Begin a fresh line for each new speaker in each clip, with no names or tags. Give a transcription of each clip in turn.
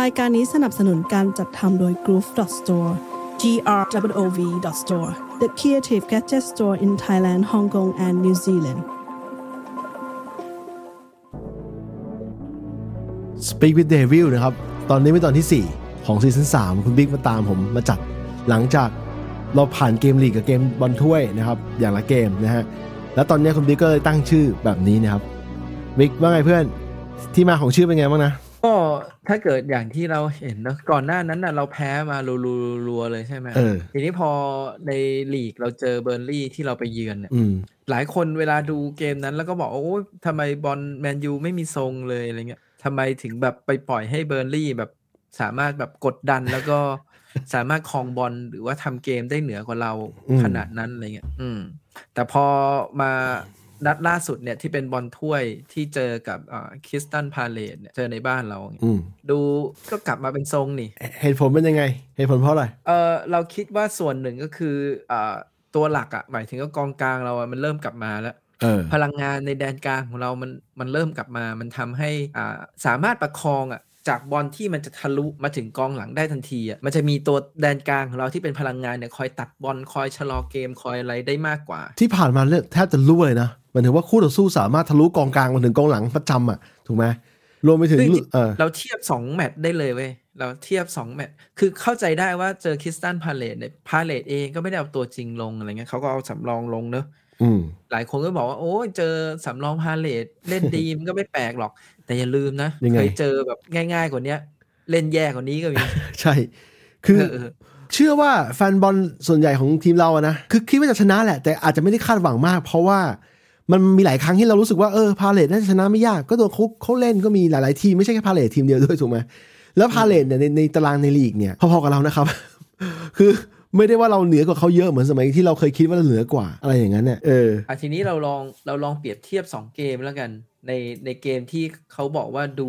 รายการนี้สนับสนุนการจัดทำโดย Groove Store grov store the creative gadget store in Thailand Hong Kong and New Zealand
Speak with Devil นะครับ ตอนนี้เป็นตอนที่ 4 ของซีซั่น3 คุณบิ๊กมาตามผมมาจัด หลังจากเราผ่านเกมลีกกับเกมบอลถ้วยนะครับ อย่างละเกมนะฮะ แล้วตอนนี้คุณบิ๊กก็เลยตั้งชื่อแบบนี้นะครับ บิ๊กว่าไงเพื่อน ที่มาของชื่อเป็นไงบ้างนะ
ก็ถ้าเกิดอย่างที่เราเห็นเนอะก่อนหน้านั้นน่ะเราแพ้มารัวๆๆเลยใช่ไหม
เออ
ทีนี้พอในลีกเราเจอเบอร์นลี่ที่เราไปเยือนเนี่ย
อืม
หลายคนเวลาดูเกมนั้นแล้วก็บอกว่าโอ้ยทำไมบอลแมนยูไม่มีทรงเลยอะไรเงี้ยทำไมถึงแบบไปปล่อยให้เบอร์นลี่แบบสามารถแบบกดดันแล้วก็ สามารถครองบอลหรือว่าทำเกมได้เหนือกว่าเรา
อืม
ขนาดนั้นอะไรเงี้ยอืม แต่พอมานัดล่าสุดเนี่ยที่เป็นบอลถ้วยที่เจอกับคริสตันพาเลตเนี่ยเจอในบ้านเราเนี่ย
อืม
ดูก็กลับมาเป็นทรงนี่
เหตุผลเป็นยังไง เหตุผลเพราะอะไร
เออเราคิดว่าส่วนหนึ่งก็คือเอ่อตัวหลักอะ่ะหมายถึงก็กองกลางเราอะ่ะมันเริ่มกลับมาแล้ว
เออ
พลังงานในแดนกลางของเรามันมันเริ่มกลับมา มันทำให้อ่าสามารถประคองอะ่ะจากบอลที่มันจะทะลุมาถึงกองหลังได้ทันทีอะ่ะมันจะมีตัวแดนกลางของเราที่เป็นพลังงานเนี่ยคอยตัดบอลคอยชะลอเกมคอยอะไรได้มากกว่า
ที่ผ่านมาเนี่ยแทบจะรั่วเลยนะหมันถือว่าคู่ต่อสู้สามารถทะลุกองกลางมาถึงกองหลังประจำอ่ะ ถูกไหมรวมไปถึง
ซึ่งจริง
เออ
เราเทียบ 2 แมตช์ได้เลยเว้ย เราเทียบ 2 แมตช์คือเข้าใจได้ว่าเจอคริสตันพาเลตเนี่ยพาเลตเองก็ไม่ได้เอาตัวจริงลงอะไรเงี้ยเขาก็เอาสำรองลงเนอะ
อืม
หลายคนก็บอกว่าโอ้ยเจอสำรองพาเลตเล่นดี มันก็ไม่แปลก หรอก แต่อย่าลืมนะ
ยังไง
เคยเจอแบบง่ายๆกว่าเนี้ย เล่นแย่กว่านี้ก็ มี
ใช่ คือ
เออ
เชื่อว่าแฟนบอลส่วนใหญ่ของทีมเราอะนะ คือคิดว่าจะชนะแหละ แต่อาจจะไม่ได้คาดหวังมาก เพราะว่ามันมีหลายครั้งที่เรารู้สึกว่าเออพาเลตน่าจะชนะไม่ยาก ก็ตัวเขาเขาเล่นก็มีหลาย ๆ ทีม ไม่ใช่แค่พาเลตทีมเดียวด้วยถูกไหมแล้วพาเลตเนี่ยในในตารางในลีกเนี่ยพอๆกับเรานะครับ คือไม่ได้ว่าเราเหนือกว่าเขาเยอะเหมือนสมัยที่เราเคยคิดว่าเราเหนือกว่าอะไรอย่างนั้นเนี่ยเออ
อ่ะทีนี้เราลองเราลองเปรียบเทียบ 2 เกมแล้วกัน ในในเกมที่เขาบอกว่าดู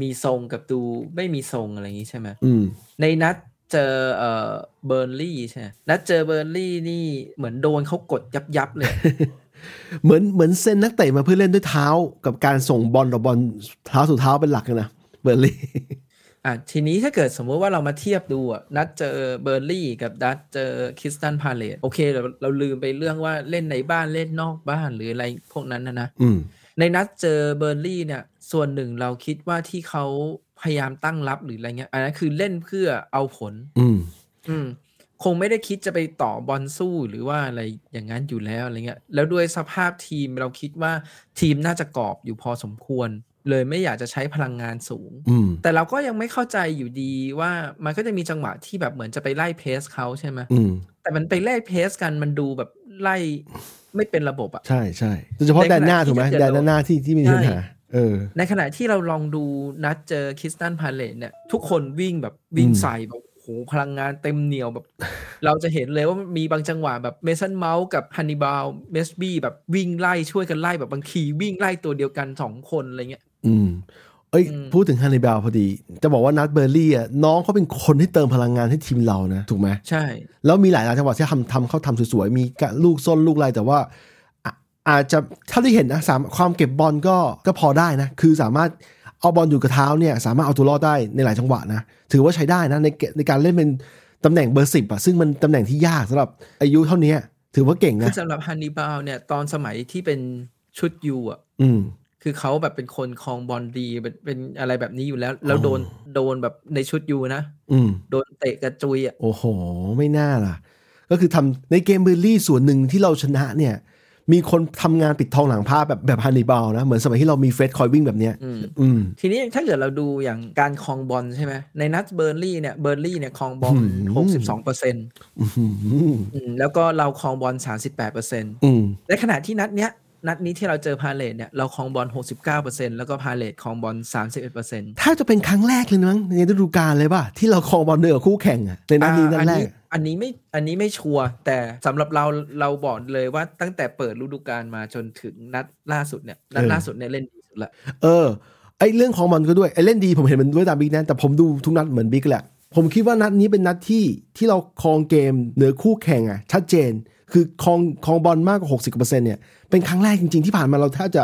มีทรงกับดูไม่มีทรงอะไรอย่างนี้ใช่ไหม
อืม
ในนัดเจอเอ่อเบอร์นลี่ใช่ไหมนัดเจอเบอร์นลี่นี่เหมือนโดนเขากดยับยับๆเลย
เหมือนเหมือนเซ็นนักเตะมาเพื่อเล่นด้วยเท้ากับการส่งบอลต่อบอลเท้าสู่เท้าเป็นหลักเลยนะเบอร์ลี่
อ่ะทีนี้ถ้าเกิดสมมติว่าเรามาเทียบดูอ่ะนัดเจอเบอร์ลี่กับนัดเจอคริสตันพาเลตโอเคเราเราลืมไปเรื่องว่าเล่นในบ้านเล่นนอกบ้านหรืออะไรพวกนั้นนะนะ
อืม
ในนัดเจอเบอร์นลี่เนี่ย ส่วนหนึ่งเราคิดว่าที่เขาพยายามตั้งรับหรืออะไรเงี้ยอันนั้นคือเล่นเพื่อเอาผล
อืม
อืมคงไม่ได้คิดจะไปต่อบอลสู้หรือว่าอะไรอย่างนั้นอยู่แล้วอะไรเงี้ย แล้วด้วยสภาพทีมเราคิดว่าทีมน่าจะกรอบอยู่พอสมควร เลยไม่อยากจะใช้พลังงานสูง
อืม
แต่เราก็ยังไม่เข้าใจอยู่ดีว่ามันก็จะมีจังหวะที่แบบเหมือนจะไปไล่เพรสเขาใช่ไหม
อืม
แต่มันไปไล่เพรสกันมันดูแบบไล่ไม่เป็นระบบอะ
ใช่ใช่โดยเฉพาะ
ในข
แด
ณะ
นหน้า
ที่
ถูกไหม
จะเจอ
แดนหน้าที่ที่มี
ใช่
ปัญหาเออ
ในขณะที่เราลองดูนัดเจอคริสตันพาเลตเนี่ย ทุกคนวิ่งแบบวิ่ง
อืม
ใส่แบบโอ้โหพลังงานเต็มเหนียวแบบ เราจะเห็นเลยว่ามีบางจังหวะแบบเมสันเมาส์กับฮันนิบาลเมสบี้แบบวิ่งไล่ช่วยกันไล่แบบบางทีวิ่งไล่ตัวเดียวกันสองคนอะไรเงี้ย
อืม เอ้ย
อืม
พูดถึงฮันนีบาลพอดี จะบอกว่านัดเบอร์ลี่อ่ะน้องเขาเป็นคนที่เติมพลังงานให้ทีมเรานะ ถูกไหม
ใช่
แล้วมีหลายๆจังหวะที่ทำทำเขาทำสวยๆ มีกะลูกส้นลูกอะไรแต่ว่าอ่ะอาจจะเท่าที่เห็นนะสามความเก็บบอลก็ก็พอได้นะ คือสามารถเอาบอลอยู่กับเท้าเนี่ย สามารถเอาตัวรอดได้ในหลายจังหวะนะ ถือว่าใช้ได้นะในเกในการเล่นเป็นตำแหน่งเบอร์สิบอะซึ่งมันตำแหน่งที่ยากสำหรับอายุเท่านี้ถือว่าเก่ง
คือ
นะ
สำหรับฮันนิบาลเนี่ย ตอนสมัยที่เป็นชุดยูอ่ะ
อืม
คือเขาแบบเป็นคนครองบอลดีเป็นเป็นอะไรแบบนี้อยู่แล้ว แล้วโดนโดนแบบในชุดยูนะ
อืม
โดนเตะกระจุยอ่ะ
โอ้โห ไม่น่าล่ะ ก็คือทำในเกมเบอร์ลี่ส่วนหนึ่งที่เราชนะเนี่ย มีคนทำงานปิดทองหลังผ้าแบบแบบฮันนิบาลนะ เหมือนสมัยที่เรามีเฟสคอยวิ่งแบบเนี้ย
อืม
อืม
ทีนี้ถ้าเกิดเราดูอย่างการครองบอลใช่ไหมในนัดเบอร์นลี่เนี่ยเบอร์นลี่เนี่ยครองบอล
อืม
หกสิบสองเปอร์เซ็นต์
อื้อหือ
แล้วก็เราครองบอลสามสิบแปดเปอร์เซ็นต์
อืม
ในขณะที่นัดเนี้ยนัดนี้ที่เราเจอพาเลทเนี่ยเราครองบอลหกสิบเก้าเปอร์เซ็นต์แล้วก็พาเลทครองบอลสามสิบเอ็ดเปอร์เซ็นต์
ถ้าจะเป็นครั้งแรกเลยนะมั้งในฤดูกาลเลยป่ะ ที่เราครองบอลเหนือคู่แข่งอะในนัดนี้นัดแรก
อันนี้ไม่อันนี้ไม่ชัวร์แต่สำหรับเราเราบอกเลยว่าตั้งแต่เปิดฤดูกาลมาจนถึงนัดล่าสุดเนี่ยนัด
เออ
ล่าสุดเนี่ยเล่นดีสุดละ
เออ ไอเรื่องของบอลก็ด้วยไอเล่นดีผมเห็นมันด้วยตามบิ๊กนะแต่ผมดูทุกนัดเหมือนบิ๊กแหละ ผมคิดว่านัดนี้เป็นนัดที่ที่เราครองเกมเหนือคู่แข่งอะชัดเจน คือครองครองบอลมากกว่า 60%เนี่ยเป็นครั้งแรกจริงๆที่ผ่านมาเราแทบจะ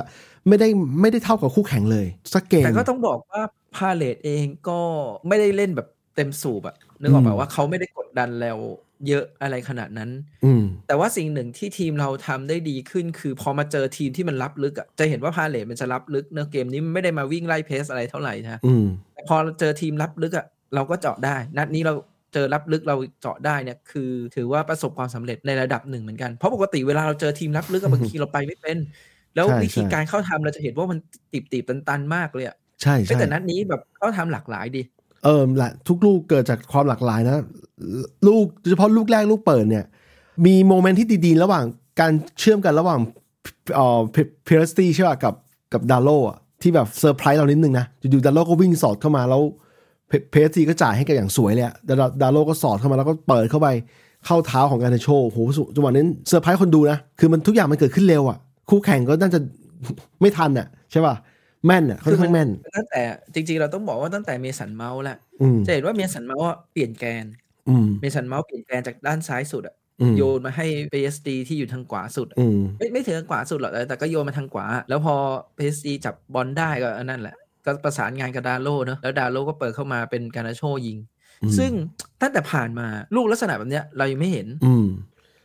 ไม่ได้ไม่ได้เท่ากับคู่แข่งเลย สักเกม
แต่ก็ต้องบอกว่า พาเลตเองก็ไม่ได้เล่นแบบเต็มสูบอะนึกออก
อื
ป่าม ว่าเขาไม่ได้กดดันเราเยอะอะไรขนาดนั้น
อืม
แต่ว่าสิ่งหนึ่งที่ทีมเราทำได้ดีขึ้น คือพอมาเจอทีมที่มันรับลึกอะจะเห็นว่าพาเลตมันจะรับลึกเนื้อะเกมนี้มันไม่ได้มาวิ่งไล่เพสอะไรเท่าไหร่นะ
อืม
แต่พอเจอทีมรับลึกอะเราก็เจาะได้ นัดนี้เราเจอรับลึกเราเจาะได้เนี่ยคือ ถือว่าประสบความสำเร็จในระดับหนึ่งเหมือนกัน เพราะปกติเวลาเราเจอทีมรับลึกอะบางทีเราไปไม่เป็น แล้ว
ใช่
วิธี
ใช่
การเข้าทำเราจะเห็นว่ามันติบติบๆตันๆมากเลยอะ
ใช่
เอ้ย
ใช่
แต่นัดนี้แบบเข้าทำหลากหลายดี
เออละทุกลูกเกิดจากความหลากหลายนะ ลูกโดยเฉพาะลูกแรกลูกเปิดเนี่ย มีโมเมนต์ที่ดีๆ ระหว่างการเชื่อมกันระหว่างเอ่อเพอร์สตี้ใช่ป่ะกับกับดาโลอ่ะที่แบบเซอร์ไพรส์เรานิดนึงนะอยู่ๆดาโลก็วิ่งสอดเข้ามาแล้วเพอร์สตี้ก็จ่ายให้กันอย่างสวยเลยอะดาดาโลก็สอดเข้ามาแล้วก็เปิดเข้าไปเข้าเท้าของการโชว์โหจังหวะนั้นเซอร์ไพรส์คนดูนะ คือมันทุกอย่างมันเกิดขึ้นเร็วอ่ะ คู่แข่งก็น่าจะ ไม่ทันอ่ะใช่ป่ะแม่นอ่ะค่อนข้างแม่น
ตั้งแต่จริงๆเราต้องบอกว่าตั้งแต่เมสันเมาส์แหละ
อืม
จะเห็นว่าเมสันเมาส์อะเปลี่ยนแกน
อืม
เมสันเมาส์เปลี่ยนแกนจากด้านซ้ายสุดอะ
อืม
โยนมาให้เ s สตีที่อยู่ทางขวาสุด
อืม
ไม่ไม่ถึงขวาสุดหรอกแต่ก็โยนมาทางขวา แล้วพอเพสซีจับบอลได้ก็อันนั่นแหละ ก็ประสานงานกับดาโลเนอะแล้วดาโลก็เปิดเข้ามาเป็นการาโชยิง
อืม
ซึ่งตั้งแต่ผ่านมาลูกลักษณะแบบเนี้ยเรายังไม่เห็น
อืม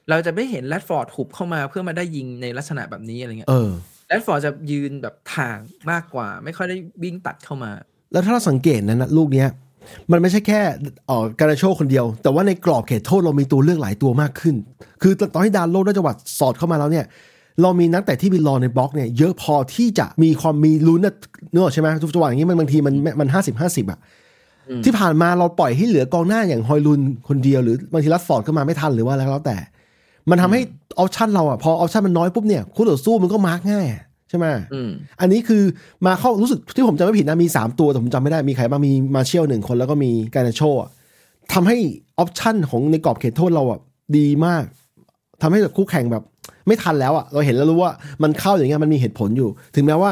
เราจะไม่เห็นแรดฟอร์ดหุบเข้ามาเพื่อมาได้ยิงในลักษณะแบบนี้อะไรเงี้ย
เออ
แรดฟอร์ดจะยืนแบบถ่างมากกว่า ไม่ค่อยได้วิ่งตัดเข้ามา
แล้วถ้าเราสังเกตนะนะลูกเนี้ย มันไม่ใช่แค่เออการาโชคนเดียว แต่ว่าในกรอบเขตโทษเรามีตัวเลือกหลายตัวมากขึ้น คือตอนที่ดานโลดได้จังหวัดสอดเข้ามาแล้วเนี่ย เรามีนักแต่ที่มีรอในบล็อกเนี่ยเยอะพอที่จะมีความมีลุ้นนะเนกอะใช่ไหมทุกจังหวะอย่างนี้มันบางทีมันมันห้าสิบห้าสิบอะ
อืม
ที่ผ่านมาเราปล่อยให้เหลือกองหน้าอย่างฮอยลุนคนเดียวหรือบางทีรัดฟอร์ดก็มาไม่ทันหรือว่าอะไรก็แล้วแต่ มันทำให้ออปชันเราอะพอออปชันมันน้อยปุ๊บเนี่ยคู่ต่อสู้มันก็มาร์กง่ายอะใช่ไหม
อืม
อันนี้คือมาเข้ารู้สึกที่ผมจำไม่ผิดนะมี 3 ตัวแต่ผมจำไม่ได้มีใครบ้างมีมาเชลหนึ่งคนแล้วก็มีการนาโชอะทำให้ออปชันของในกรอบเขตโทษเราอ่ะดีมากทำให้แบบคู่แข่งแบบไม่ทันแล้วอ่ะเราเห็นแล้วรู้ว่ามันเข้าอย่างเงี้ยมันมีเหตุผลอยู่ ถึงแม้ว่า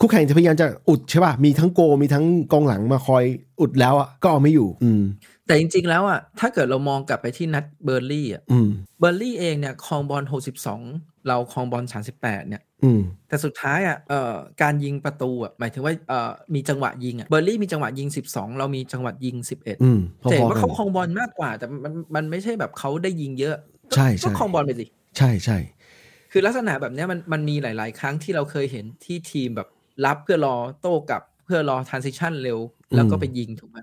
คู่แข่งจะพยายามจะอุดใช่ป่ะมีทั้งโกลมีทั้งกองหลังมาคอยอุดแล้วอ่ะก็เอาไม่อยู่ อืม
แต่จริงๆแล้วอ่ะถ้าเกิดเรามองกลับไปที่นัดเบอร์ลี่อ่ะ
อืม
เบอร์ลี่เองเนี่ยครองบอล62เราครองบอล38เนี่ย
อืม
แต่สุดท้ายอ่ะเอ่อการยิงประตูอ่ะหมายถึงว่าเอ่อมีจังหวะยิงอ่ะเบอร์ลี่มีจังหวะยิง 12 เรามีจังหวะยิง 11
อืมพอ
แต่
ๆ
ว่า
กั
เขา
น
ครองบอลมากกว่า แต่มันมันไม่ใช่แบบเขาได้ยิงเยอะก็
ใช่ใช่
ก็ครองบอลไปสิ
ใช่ใช่
คือลักษณะแบบเนี้ยมันมันมีหลาย ๆ ครั้งที่เราเคยเห็นที่ทีมแบบรับเพื่อรอโต้กลับเพื่อรอทรานซิชันเร็ว แล้วก็ไปยิงถูกไหม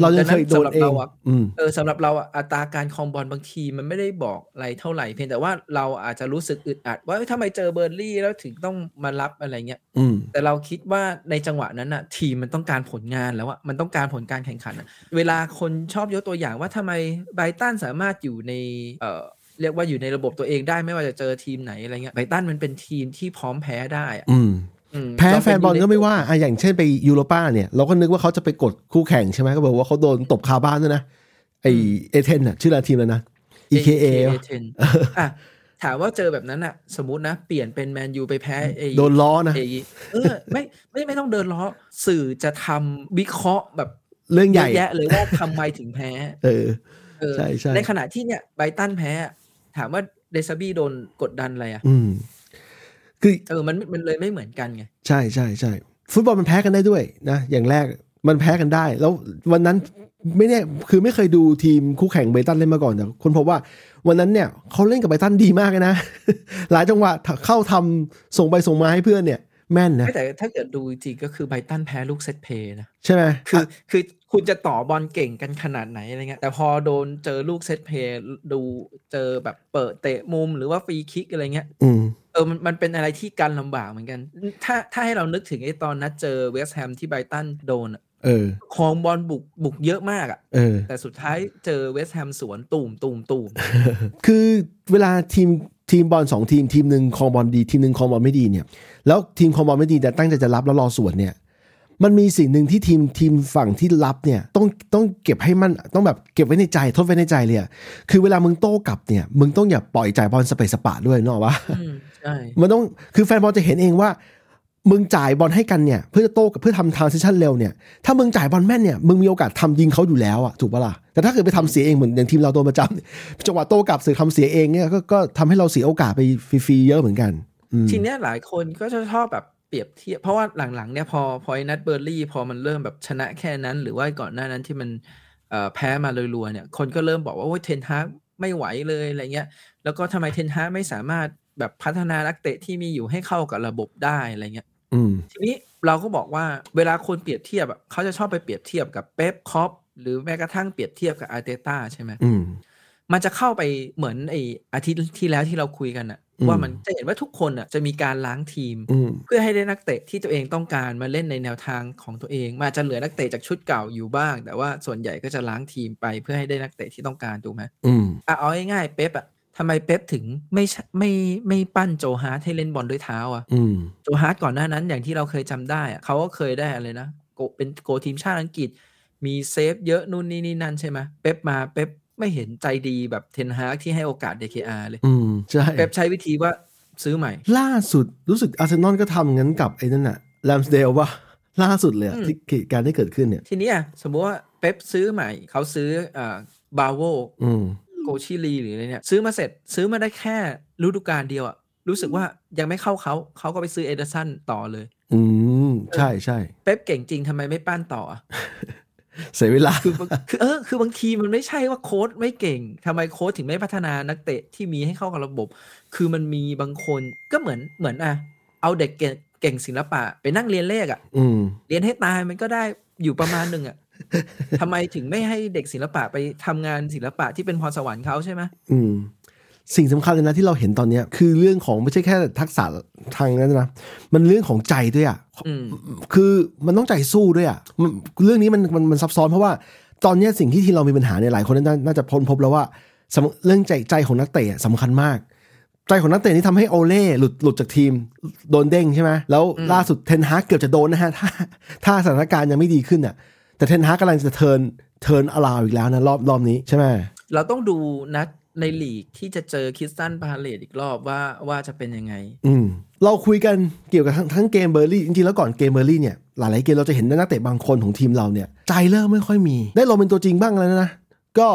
เรายังเคยโดนเอง
แต่นั้นสำหรับเราอะ
อืม
เออสำหรับเราอะอัตราการครองบอลบางทีมันไม่ได้บอกอะไรเท่าไหร่เพียงแต่ว่าเราอาจจะรู้สึกอึดอัดว่าเอ้ยทำไมเจอเบอร์ลี่แล้วถึงต้องมารับอะไรเงี้ย
อืม
แต่เราคิดว่าในจังหวะนั้นน่ะ ทีมมันต้องการผลงานแล้วอะมันต้องการผลการแข่งขันอะเวลาคนชอบยกตัวอย่างว่าทำไมไบรตันสามารถอยู่ในเอ่อเรียกว่าอยู่ในระบบตัวเองได้ไม่ว่าจะเจอทีมไหนอะไรเงี้ยไบรตันมันเป็นทีมที่พร้อมแพ้ได้อะ
อืม
อืม
แพ้
เรา
แฟ
เป็น
บอลก็ไม่ว่าอะอย่างเช่นไปยูโรป้าเนี่ย เราก็นึกว่าเขาจะไปกดคู่แข่งใช่ไหมก็บอกว่าเขาโดนตบคาบ้านด้วยนะ ไอเอเทนน่ะ ชื่ออะไรทีมแล้วนะ
ใน
EKA วะ
10อ่ะถามว่าเจอแบบนั้นอะสมมตินะเปลี่ยนเป็นแมนยูไปแพ้ไอ้
โดนล้อนะ
เอเออไม่ไม่ไม่ต้องเดินล้อสื่อจะทำวิเคราะห์แบบ
เรื่อง
เย
ใหญ่
อะแยะเลยว่าทำไมถึงแพ้
เออ
เออ
ใช่ใช่
ขณะที่เนี่ยไบรตันแพ้อะถามว่าเดซาบี้โดนกดดันอะไรอ่ะ
อืม คือ
เออมันมันเลยไม่เหมือนกันไง
ใช่ใช่ใช่ฟุตบอลมันแพ้กันได้ด้วยนะ อย่างแรกมันแพ้กันได้ แล้ววันนั้นไม่แน่คือไม่เคยดูทีมคู่แข่งไบรตันเล่นมาก่อนแต่คนพบว่า วันนั้นเนี่ยเขาเล่นกับไบรตันดีมากเลยนะ หลายจังหวะเข้าทำส่งไปส่งมาให้เพื่อนเนี่ย แม่นนะ
แต่ถ้าเกิดดูจริงๆก็คือไบรตันแพ้ลูกเซตเพลย์นะ
ใช่ไหม
คือคือคุณจะต่อบอลเก่งกันขนาดไหนอะไรเงี้ยแต่พอโดนเจอลูกเซตเพลย์ดูเจอแบบเปิดเตะมุมหรือว่าฟรีคิกอะไรเงี้ย
อืม
เออมันมันเป็นอะไรที่กันลำบากเหมือนกัน ถ้าถ้าให้เรานึกถึงไอ้ตอนนัดเจอเวสต์แฮมที่ไบรตันโดนอะ
เออ
ครองบอลบุกบุกเยอะมากอ่ะ
เออ
แต่สุดท้ายเจอเวสต์แฮมสวนตูมตูม ตูม
คือเวลาทีมทีมบอลสองทีมทีมหนึ่งครองบอลดีทีมหนึ่งครองบอลไม่ดีเนี่ย แล้วทีมครองบอลไม่ดีแต่ตั้งใจจะรับแล้วรอสวนเนี่ย มันมีสิ่งหนึ่งที่ทีมทีมฝั่งที่รับเนี่ยต้องต้องเก็บให้มันต้องแบบเก็บไว้ในใจทดไว้ในใจเลยอะคือเวลามึงโต้กลับเนี่ยมึงต้องอย่าปล่อยจ่ายบอลสเปซสปะด้วยเนกอะวะ
อืมใช่
มันต้องคือแฟนบอลจะเห็นเองว่า มึงจ่ายบอลให้กันเนี่ย เพื่อจะโต้กับเพื่อทำทรานซิชันเร็วเนี่ย ถ้ามึงจ่ายบอลแม่นเนี่ย มึงมีโอกาสทำยิงเขาอยู่แล้วอะถูกปะล่ะแต่ถ้าเกิดไปทำเสียเองเหมือนอย่างทีมเราโดนประจำจังหวะโต้กลับเสือทำเสียเองเนี่ยก็ก็ทำให้เราเสียโอกาสไปฟรีๆเยอะเหมือนกันอืม
ทีเนี้ยหลายคนก็จะชอบแบบ เปรียบเทียบ เพราะว่าหลังๆเนี่ยพอพอไอ้นัดเบอร์ลี่พอมันเริ่มแบบชนะแค่นั้น หรือว่าก่อนหน้านั้นที่มันเอ่อแพ้มารัวๆเนี่ยคนก็เริ่มบอกว่าโอ้ยเทนฮากไม่ไหวเลยอะไรเงี้ยแล้วก็ทำไมเทนฮากไม่สามารถแบบพัฒนานักเตะที่มีอยู่ให้เข้ากับระบบได้อะไรเงี้ย
อืม
ทีนี้เราก็บอกว่าเวลาคนเปรียบเทียบอะเขาจะชอบไปเปรียบเทียบกับเป๊ปคอปหรือแม้กระทั่งเปรียบเทียบกับอาร์เตต้าใช่ไหม
อืม
มันจะเข้าไปเหมือนไออาทิตย์ที่แล้วที่เราคุยกันอะ
อืม
ว่ามันจะเห็นว่าทุกคนอะจะมีการล้างทีม
อืม
เพื่อให้ได้นักเตะที่ตัวเองต้องการมาเล่นในแนวทางของตัวเองมาจะเหลือนักเตะจากชุดเก่าอยู่บ้าง แต่ว่าส่วนใหญ่ก็จะล้างทีมไปเพื่อให้ได้นักเตะที่ต้องการถูกไหม
อืม
อ่ะเอาง่ายๆเป๊ปอะทำไมเป๊ปถึงไม่ใช่ไม่ไม่ปั้นโจฮาร์ทให้เล่นบอลด้วยเท้าอะ
อืม
โจฮาร์ดก่อนหน้านั้นอย่างที่เราเคยจำได้อะเขาก็เคยได้อะไรนะโกเป็นโกทีมชาติอังกฤษ มีเซฟเยอะนู่นนี่นี่นั่นใช่ไหมเป๊ปมาเป๊ปไม่เห็นใจดีแบบเทนฮากที่ให้โอกาส DKR เลย
อืม ใช่
เป๊ปใช้วิธีว่าซื้อใหม่
ล่าสุดรู้สึกอาร์เซนอลก็ทำงั้นกับไอ้นั่นน่ะแลมสเดลว่าล่าสุดเลยอะ
อืม
ที่เหตุการณ์ที่เกิดขึ้นเนี่ย
ทีเนี้ยสมมุติว่าเป๊ปซื้อใหม่ เขาซื้อเอ่อบาโว
อืม
โกชิลีหรืออะไรเนี่ยซื้อมาเสร็จซื้อมาได้แค่ฤดูกาลเดียวอะรู้สึกว่ายังไม่เข้าเขาเขาก็ไปซื้อเอเดอร์สันต่อเลย
อืม ใช่ใช่
เป๊ปเก่งจริงทำไมไม่ปั้นต่ออะ
เสียเวลา
คือบางคือเออคือบางทีมันไม่ใช่ว่าโค้ดไม่เก่งทำไมโค้ดถึงไม่พัฒนานักเตะที่มีให้เข้ากับระบบ คือมันมีบางคนก็เหมือนเหมือนอะเอาเด็กเก่งเก่งศิลปะ ไปนั่งเรียนเลขอะ
อืม
เรียนให้ตายมันก็ได้อยู่ประมาณหนึ่งอะ ทำไมถึงไม่ให้เด็กศิลปะไปทำงานศิลปะที่เป็นพรสวรรค์เขาใช่ไหม
อืม สิ่งสำคัญเลยนะที่เราเห็นตอนเนี้ยคือเรื่องของไม่ใช่แค่ทักษะทางนั้นนะ มันเรื่องของใจด้วยอ่ะ
อืม
คือมันต้องใจสู้ด้วยอ่ะมันเรื่องนี้มันมันมันซับซ้อนเพราะว่าตอนเนี้ยสิ่งที่ทีมเรามีปัญหาเนี่ยหลายคนนาน่าจะพ้นพบแล้วว่าสำเรื่องใจใจของนักเตะสำคัญมาก ใจของนักเตะนี่ทำให้โอเล่หลุดหลุดจากทีมโดนเด้งใช่ไหมแล้ว
อืม
ล่าสุดเทนฮากเกือบจะโดนนะฮะ ถ้าถ้าสถานการณ์ยังไม่ดีขึ้นอ่ะ แต่เทนฮากกำลังจะเทิร์นเทิร์นอลาวอีกแล้วนะรอบรอบนี้ใช่ไหม
เราต้องดูนัดในลีกที่จะเจอคริสตันพาเลตอีกรอบว่าว่าจะเป็นยังไง
อืมเราคุยกันเกี่ยวกับทั้งทั้งเกมเบอร์ลี่จริงๆแล้วก่อนเกมเบอร์ลี่เนี่ยหลายๆเกมเราจะเห็นนักเตะบางคนของทีมเราเนี่ยใจเริ่มไม่ค่อยมี ได้ลงเป็นตัวจริงบ้างแล้วนะก็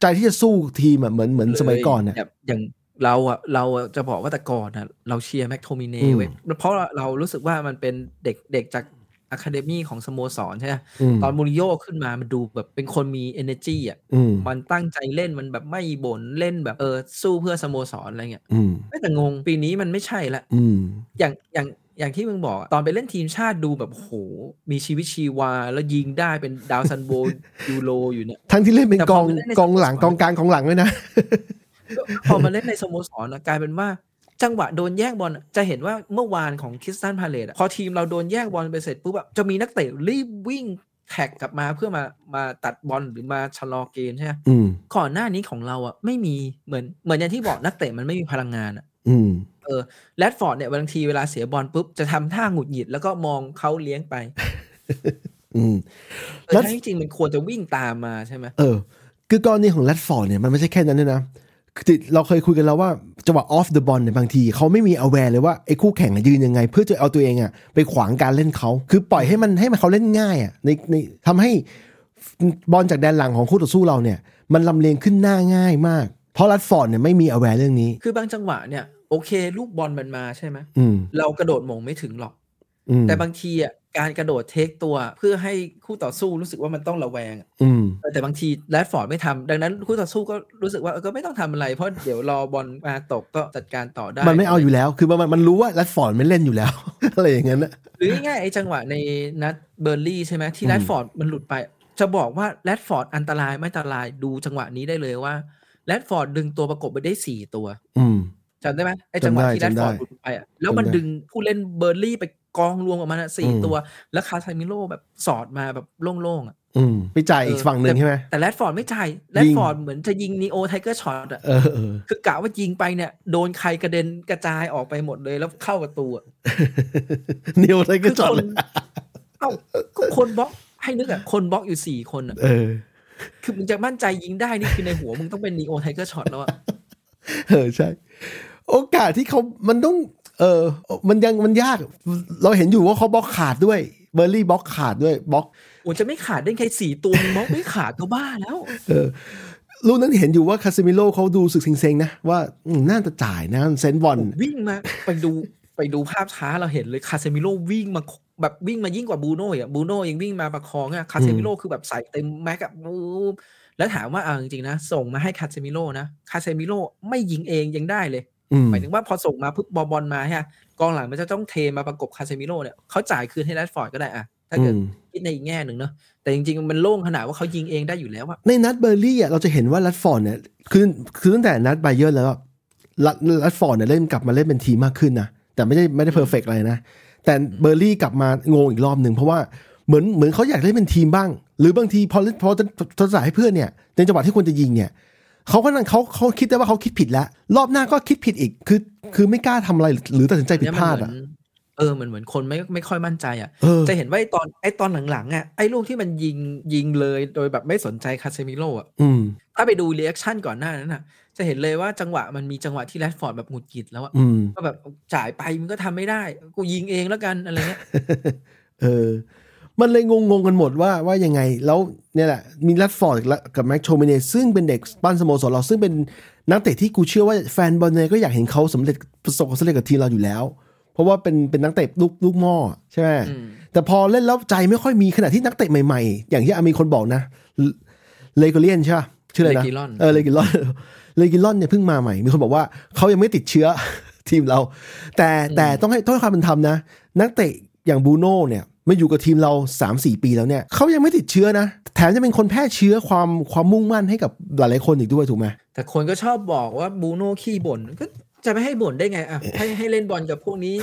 ใจที่จะสู้ทีมอะเหมือนเหมือนสมัยก่อนเนี่ย
แบบอย่างเราอะเราอะจะบอกว่าแต่ก่อนอะเราเชียร์แม็กโทมิเน่
อืม
เว้ยเพราะเรารู้สึกว่ามันเป็นเด็กเด็กจากอะคาเดมี่ของสโมสรใช่ไหม
ม
ตอนมูริโญ่ขึ้นมามันดูแบบเป็นคนมี energy อะ
อืม
มันตั้งใจเล่นมันแบบไม่บ่นเล่นแบบเออสู้เพื่อสโมสรอะไรเงี้ย
อืม
ไม่แต่งงปีนี้มันไม่ใช่ละ
อืม
อย่างอย่างอย่างที่มึงบอกอะตอนไปเล่นทีมชาติดูแบบโหมีชีวิตชีวา แล้วยิงได้เป็นดาวซันโบ ยูโรอยู่เนี่ย
ทั้งที่เล่นเป็น
แต่
ก
พอ
อง
มันเล่นใน
กองหลัง
สโมสร
กองกลางของหลังเลยนะ
พอมาเล่นในสโมสรนะกลายเป็นว่าจังหวะโดนแย่งบอลอะจะเห็นว่าเมื่อวานของคริสตันพาเลตพอทีมเราโดนแย่งบอลไปเสร็จปุ๊บอะจะมีนักเตะรีบวิ่งแท็กกลับมาเพื่อมามาตัดบอลหรือมาชะลอเกมใช่ไหม
อืม
ก่อนหน้านี้ของเราอะไม่มีเหมือนเหมือนอย่างที่บอกนักเตะมันไม่มีพลังงานอะ
อืม
แรดฟอร์ดเนี่ยบางทีเวลาเสียบอลปุ๊บจะทำท่าหงุดหงิดแล้วก็มองเขาเลี้ยงไป
อืม
เออ
แล้ว
ทั้งที่จริงมันควรจะวิ่งตามมาใช่ไหม
เออ คือกรณีของแรดฟอร์ดเนี่ยมันไม่ใช่แค่นั้นด้วยนะคือเราเคยคุยกันแล้วว่าจังหวะออฟเดอะบอลเนี่ยบางทีเขาไม่มี a แวร์เลยว่า ไอ้คู่แข่งอะยืนยังไง เพื่อจะเอาตัวเองอะไปขวางการเล่นเขาคือปล่อยให้มันให้มันเขาเล่นง่ายอะในในทำให้บอลจากแดนหลังของคู่ต่อสู้เราเนี่ย มันลำเลียงขึ้นหน้าง่ายมาก เพราะแรดฟอร์ดเนี่ยไม่มี a แวร์เรื่องนี้
คือบางจังหวะเนี่ยโอเคลูกบอลมันมาใช่ไหม
อืม
เรากระโดดหมงไม่ถึงหรอก
อืม
แต่บางทีอ่ะการกระโดดเทคตัวเพื่อให้คู่ต่อสู้รู้สึกว่ามันต้องระแวงอะ
อืม
เออแต่บางทีแรดฟอร์ดไม่ทำดังนั้นคู่ต่อสู้ก็รู้สึกว่าเออก็ไม่ต้องทำอะไร เพราะเดี๋ยวรอบอลมาตกก็จัดการต่อได้
มันไม่เอาอยู่แล้วคือมันมันรู้ว่าแรดฟอร์ดไม่เล่นอยู่แล้ว อะไรอย่างนั้นนะ
หรือง่ายๆไอ้จังหวะในนัดเบอร์นลี่ใช่ไหมที่
อืม
แรดฟอร์ดมันหลุดไป จะบอกว่าแรดฟอร์ดอันตรายไม่อันตรายดูจังหวะนี้ได้เลยว่าแรดฟอร์ดดึงตัวประกบไปได้สี่ตัว
อืม
จำได้ไหมไอ้จังหวะ
จำได้
ที่แรดฟอร์ด
จำได้
หลุดไปอะแล้วมัน
จำได้
ดึงผู้เล่นเบอร์นลี่ไปกองรวมกับมันอะสี่
อืม
ตัว แล้วคาซามิโลแบบสอดมาแบบโล่งๆอะ
อืมไปจ่ายอีกฝั่งหนึ่งใช่ไหม
แต่แรดฟอร์ดไม่จ่ายแรดฟอร์ดเหมือนจะยิงนีโอไทเกอร์ช็อตอ่ะ
เออเออ
คือกะว่ายิงไปเนี่ย โดนใครกระเด็นกระจายออกไปหมดเลยแล้วเข้าประตูอะ
นิวไทเกอ
คือ
ร์จอด
คน
เลย
เอ้าก็คนบล็อกให้นึกอ่ะ คนบล็อกอยู่สี่คนอ่ะ
เออ
คือมึงจะมั่นใจยิงได้นี่คือในหัวมึงต้องเป็นนีโอไทเกอร์ช็อตแล้วอ่ะ
เออใช่ โอกาสที่เขามันต้อง เออ มันยังมันยาก เราเห็นอยู่ว่าเขาบล็อกขาดด้วย เบอร์รี่บล็อกขาดด้วยบล็อก
โอ้จะไม่ขาดได้แค่สี่ตัวมึงบล็อกไม่ขาดก็บ้าแล้ว
เออลูกนั้นเห็นอยู่ว่าคาซิมิโลเขาดูสึกเซ็งๆนะ ว่าอืมน่าจะจ่ายนะเซนบอล
วิ่งมาไปดู ไปดูภาพช้าเราเห็นเลยคาเซมิโร่วิ่งมาแบบวิ่งมายิ่งกว่าบรูโน่อีกอะบรูโน่ยังวิ่งมาประคองอะคาเซมิโร่คือแบบใส่เต็มแม็กอะปุ๊บแล้วถามว่าเอาจริงๆนะ ส่งมาให้คาเซมิโร่นะคาเซมิโร่ไม่ยิงเองยังได้เลย
อืม
หมายถึงว่าพอส่งมาปุ๊บบอลบอลมาฮะกองหลังมันจะต้องเทมาประกบคาเซมิโร่เนี่ยเขาจ่ายคืนให้แรดฟอร์ดก็ได้อะถ้าเกิด
อืม
คิดในอีกแง่หนึ่งเนาะแต่จริงๆมันโล่งขนาดว่าเขายิงเองได้อยู่แล้วอะ
ในนัดเบอร์ลี่อ่ะเราจะเห็นว่าลัดฟอร์ดเนี่ยคือคือตั้งแต่นัดไบเยอร์นแล้วอะลัดลัดฟอร์ดเนี่ยเล่นกลับมาเล่นเป็นทีมมากขึ้นนะแต่ไม่ได้ไม่ได้เพอร์เฟกต์อะไรนะ แต่เบอร์ลี่กลับมางงอีกรอบหนึ่งเพราะว่าเหมือนเหมือนเขาอยากเล่นเป็นทีมบ้าง หรือบางทีพอเล่นพอจะทดสายให้เพื่อนเนี่ยในจังหวะที่ควรจะยิงเนี่ยเขาก็นั่งเขาเขาคิดได้ว่าเขาคิดผิดแล้ว รอบหน้าก็คิดผิดอีกคือ คือไม่กล้าทำอะไรหรือตัดสินใจผิด
เนี่ย
พ
มั
ลาด
เหมื
อ่ะ
นเออมันเหมือนคนไม่ไม่ค่อยมั่นใจอะ
เออ
จะเห็นว่าไอ้ตอนไอ้ตอนหลังๆอ่ะไอ้ลูกที่มันยิงยิงเลยโดยแบบไม่สนใจคาเซมิโร่อ่ะ
อืม
ถ้าไปดูเรีแอคชั่นก่อนหน้านั้นอ่ะ จะเห็นเลยว่าจังหวะมันมีจังหวะที่แรดฟอร์ดแบบหงุดหงิดแล้วอ่ะ
อืม
ก็แบบจ่ายไปมันก็ทำไม่ได้ กูยิงเองแล้วกันอะไรเงี้ย
เออ มันเลยงงๆกันหมดว่าว่ายังไง แล้วเนี่ยแหละ มีรัดฟอร์ดกับแม็กโชเมเนซึ่งเป็นเด็กปั้นสโมสรเราซึ่งเป็นนักเตะที่กูเชื่อว่าแฟนบอลเนี่ยก็อยากเห็นเขาสำเร็จประสบความสำเร็จกับทีมเราอยู่แล้ว เพราะว่าเป็นเป็นนักเตะลูกลูกหม้อใช่ไหม
อืม
แต่พอเล่นแล้วใจไม่ค่อยมีขณะที่นักเตะใหม่ๆ อย่างที่อามีคนบอกนะ เลโกเลียนใช่ป่ะชื่ออะไรนะ
Leguilon
เออเลกิลอน เลกิลอนเนี่ยเพิ่งมาใหม่ มีคนบอกว่าเขายังไม่ติดเชื้อ ทีมเรา แต่แต่ต้องให้ต้องให้ความเป็นธรรมนะ นักเตะอย่างบูโน่เนี่ยมาอยู่กับทีมเรา 3 4 ปีแล้วเนี่ยเขายังไม่ติดเชื้อนะ แถมจะเป็นคนแพร่เชื้อความความมุ่งมั่นให้กับหลายๆคนอีกด้วยถูกไหม
แต่คนก็ชอบบอกว่าบูโน่ขี้บ่นก็จะไม่ให้บ่นได้ไงอ่ะให้ให้เล่นบอลกับพวกนี้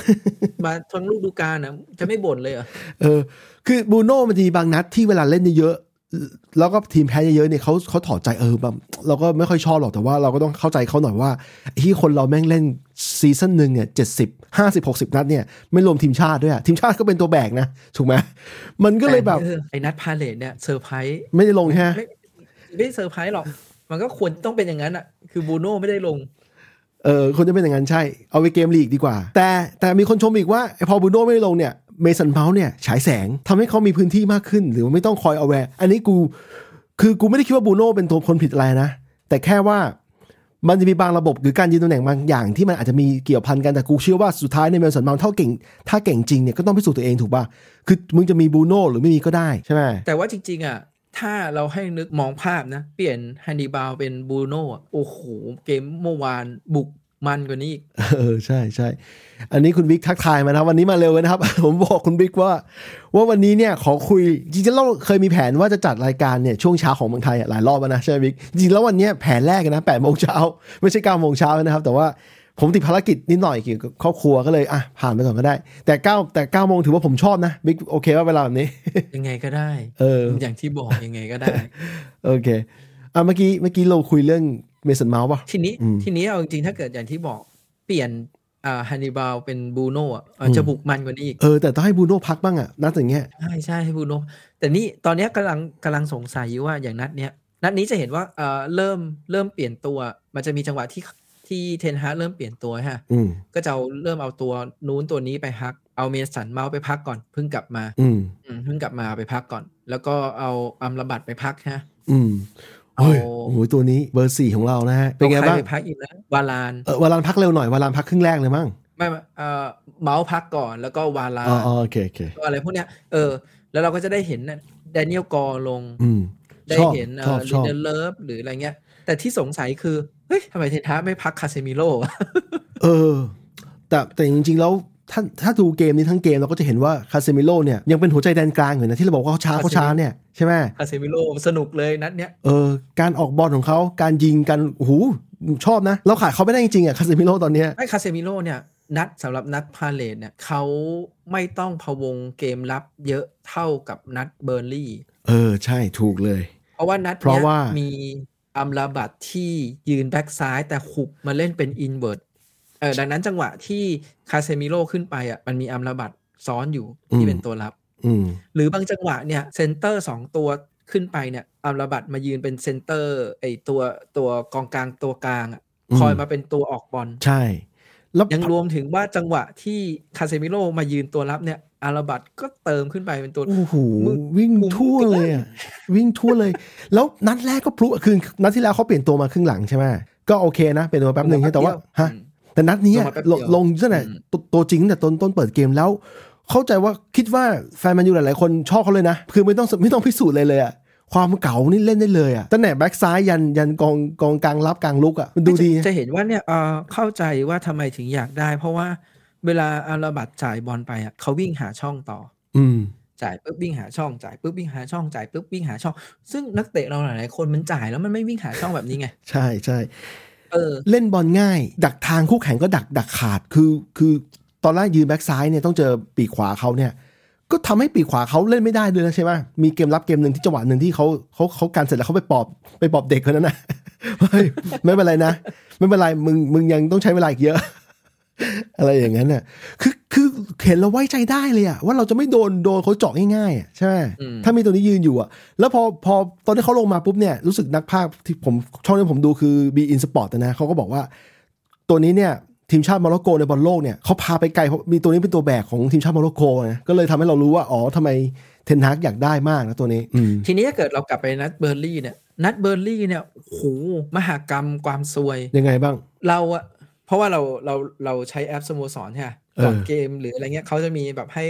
มาทั้งลูกดูการอ่ะจะไม่บ่นเลยเหรอ่ะ
เออ คือบรูโน่มันจะมีบางนัดที่เวลาเล่นเยอะๆแล้วก็ทีมแพ้เยอะๆเนี่ยเขาเขาถอดใจเออแบบเราก็ไม่ค่อยชอบหรอกแต่ว่าเราก็ต้องเข้าใจเขาหน่อยว่าที่คนเราแม่งเล่นซีซั่นหนึ่งเนี่ยเจ็ดสิบห้าสิบหกสิบนัดเนี่ยไม่รวมทีมชาติด้วยอะทีมชาติก็เป็นตัวแบกนะ ถูกไหมมันก็เลยแบบ
ออไอ้นัดพาเลทเนี่ยเซอร์ไพรส์
ไม่ได้ลงแฮะ
ไม่ไม่เซอร์ไพรส์หรอก มันก็ควรต้องเป็นอย่างนั้นอ่ะ คือบูโน่ไม่ได้ลง
เออคนจะเป็นอย่างนั้นใช่ เอาไปเกมลีกดีกว่า แต่แต่มีคนชมอีกว่าไอ้พอบูโน่ไม่ได้ลงเนี่ยเมสันเมาส์เนี่ยฉายแสงทำให้เขามีพื้นที่มากขึ้น หรือไม่ต้องคอยเอาแวร์อันนี้กูคือกูไม่ได้คิดว่าบูโน่เป็นตัวคนผิดอะไรนะ แต่แค่ว่ามันจะมีบางระบบหรือการยืนตำแหน่งบางอย่างที่มันอาจจะมีเกี่ยวพันกันแต่กูเชื่อว่าสุดท้ายในยเมสันเมาส์เท่าเก่ง ถ้าเก่งจริงเนี่ยก็ต้องพิสูจน์ตัวเองถูกป่ะคือมึงจะมีบูโน่หรือไม่มีก็ได้ใช่ไหม
แต่ว่าจริง ๆ อ่ะ ถ้าเราให้นึกมองภาพนะ เปลี่ยนฮันนีบาลเป็นบูโน่อะโอ้โห เกมเมื่อวานบุกมันกว่านี้อีก
เออใช่ใช่อันนี้คุณบิ๊กทักทายมานะครับวันนี้มาเร็วเลยนะครับ ผมบอกคุณบิ๊กว่า ว่าวันนี้เนี่ยขอคุยจริงๆเราเคยมีแผนว่าจะจัดรายการเนี่ยช่วงเช้าของเมืองไทยอะหลายรอบแล้วนะใช่ไหมบิ๊กจริงๆแล้ววันเนี้ยแผนแรกนะแปดโมงเช้าไม่ใช่เก้าโมงเช้านะครับ แต่ว่าผมติดภารกิจนิดหน่อยเกี่ยวกับครอบครัวก็เลยอ่ะผ่านไปก่อนก็ได้ แต่เก้าแต่เก้าโมงถือว่าผมชอบนะบิ๊กโอเคว่าเวลาแบบนี้
ยังไงก็ได้
เออ
อย่างที่บอกยังไงก็ได้
โอเคอ่ะเมื่อกี้เมื่อกี้เราคุยเรื่องเมสันเมาส์ป่ะ
ทีนี้
อืม
ทีนี้เอาจริงๆถ้าเกิดอย่างที่บอก เปลี่ยนอ่าฮันนีบาลเป็นบูโน่อะเอออ
ม
จะบุกมันกว่านี้อีก
เออแต่ต้องให้บูโน่พักบ้างอะนัดอย่างเงี้ย
ใช่ใช่ให้บูโน่แต่นี่ตอนเนี้ยกำลังกำลังสงสัยอยู่ว่าอย่างนัดเนี้ยนัดนี้จะเห็นว่าเอ่อเริ่มเริ่มเปลี่ยนตัว มันจะมีจังหวะที่ที่เทนฮากเริ่มเปลี่ยนตัวฮะ
อืม
ก็จะเอาเริ่มเอาตัวนู้นตัวนี้ไปพัก เอาเมสันเมาส์ไปพักก่อนเพิ่งกลับมา
อืม
อืมเพิ่งกลับมาไปพักก่อน แล้วก็เอาอัมระบัดไปพักฮะ
อืมโอ้ย
เอา
โอ้โหตัวนี้เบอร์สี่ของเรานะฮะเป็นไง
อใคร
บ้าง
ไปพักอีกแล้ววาลาน
เออวาลานพักเร็วหน่อยวาลานพักครึ่งแรกเลยมั้ง
ไม่ไม่เอ่อเมาส์พักก่อนแล้วก็วาลา
อ๋อน อ๋อโอเคโอเค
ก็อะไรพวกเนี้ยเออ แล้วเราก็จะได้เห็นน่ะแดเนียลกอลง
อืม
ได้
ชอบ
เห็น
ชอบช
ลิ
อบ
เดนเลิฟหรืออะไรเงี้ย แต่ที่สงสัยคือ เฮ้ยทำไมเทนทาไม่พักคาเซมิโร่วะ
เออ แต่แต่จริง ๆ แล้วถ้าถ้าดูเกมนี้ทั้งเกมเราก็จะเห็นว่าคาเซมิโลเนี่ยยังเป็นหัวใจแดนกลางอยู่นะ ที่เราบอกว่าเขาช้าเขาช้าเนี่ยใช่ไหม
คาเซมิโร่สนุกเลยนัดเนี้ย
เออการออกบอลของเขาการยิงกันโอ้โหชอบนะ เราขาดเขาไม่ได้จริงๆอ่ะคาเซมิโลตอนเนี้ย
ไอ้คาเซมิโร่เนี่ย นัดสำหรับนัดพาเลตเนี่ยเขาไม่ต้องพะวงเกมรับเยอะเท่ากับนัดเบอร์นลี่
เออใช่ถูกเลย
เพราะว่านัด
เพ
เนี้
ราะ
ย
ว่า
มีอัมราบัตที่ยืนแบ็กซ้ายแต่ขุบมาเล่นเป็นอินเวอร์ตเออดังนั้นจังหวะที่คาเซมิโร่ขึ้นไปอ่ะมันมีอัมราบัตซ้อนอยู่ที่เป็นตัวรับ
อืม
หรือบางจังหวะเนี่ยเซนเตอร์สองตัวขึ้นไปเนี่ยอัมราบัตมายืนเป็นเซนเตอร์ไอตัวตัวกองกลางตัวกลางอะ
อืม
คอยมาเป็นตัวออกบอล
ใช่แล้ว
ยังรวมถึงว่าจังหวะที่คาเซมิโร่มายืนตัวรับเนี่ยอัมราบัตก็เติมขึ้นไปเป็นตัว
โอ้โห
มึง
วิ่ง
มึง
ทั่วเลยอ่ะวิ่งทั่วเลย แล้วนัดแรกก็พลุคือนัดที่แล้วเขาเปลี่ยนตัวมาครึ่งหลังใช่ไหมก็โอเคนะเปลี่ยนตัวมาแป๊บหนึ่งใช่แต่ว่าฮะ แต่นัดนี้
ลงมาแป๊บเดี
ล
ยว
งลงตั้งแต่
อืม
ตัวตัวจริงตั้งแต่ต้นต้นเปิดเกมแล้ว เข้าใจว่าคิดว่าแฟนแมันยูหลาย ๆ คนชอบเขาเลยนะ คือไม่ต้องไม่ต้องพิสูจน์เลยเลยอะความเก่านี่เล่นได้เลยอะตั้งแต่แบ็กซ้ายยันยันกองกองกลางรับกลางลุกอะมันดูดี
จะจะเห็นว่าเนี่ยเออเข้าใจว่าทำไมถึงอยากได้ เพราะว่าเวลาอาราบัตจ่ายบอลไปอ่ะเขาวิ่งหาช่องต่อ
อืม
จ่ายปุ๊บวิ่งหาช่องจ่ายปุ๊บวิ่งหาช่องจ่ายปุ๊บวิ่งหาช่อง ซึ่งนักเตะเราหลายๆคนมันจ่ายแล้วมันไม่วิ่งหาช่องแบบนี้ไง
ใช่ใช่
เออ
เล่นบอลง่าย ดักทางคู่แข่งก็ดักดักขาดคือคือตอนแรกยืนแบ็กซ้ายเนี่ยต้องเจอปีกขวาเขาเนี่ย ก็ทำให้ปีกขวาเขาเล่นไม่ได้ด้วยนะใช่ไหมมีเกมรับเกมหนึ่งที่จังหวะหนึ่งที่เขาเขาเขาการเสร็จแล้วเขาไปปอบไปปอบเด็กคนนั้นนะเฮ้ยไม่เป็นไรนะ ไม่เป็นไรมึงมึงยังต้องใช้เวลาอีกเยอะ อะไรอย่างนั้นน่ะคือคือเห็นเราไว้ใจได้เลยอะว่าเราจะไม่โดนโดนเขาเจาะง่ายๆอะใช่ไหม
อืม
ถ้ามีตัวนี้ยืนอยู่อะแล้วพอพอตอนที่เขาลงมาปุ๊บเนี่ยรู้สึกนักภาคที่ผมช่องที่ผมดูคือ B in Sport นะเขาก็บอกว่า ตัวนี้เนี่ยทีมชาติโมร็อกโกในบอลโลกเนี่ยเขาพาไปไกลเพราะมีตัวนี้เป็นตัวแบกของทีมชาติโมร็อกโกนะก็เลยทำให้เรารู้ว่าอ๋อทำไมเทนฮากอยากได้มากนะตัวนี้ อืม
ทีนี้ถ้าเกิดเรากลับไปนัดเบอร์ลี่เนี่ย นัดเบอร์ลี่เนี่ยโอ้โหมหากรรมความซวย
ยังไงบ้าง
เราอะเพราะว่าเราเราเราใช้แอปสโมสรใช่ไหม
เออ
ก่อนเกมหรืออะไรเงี้ยเขาจะมีแบบให้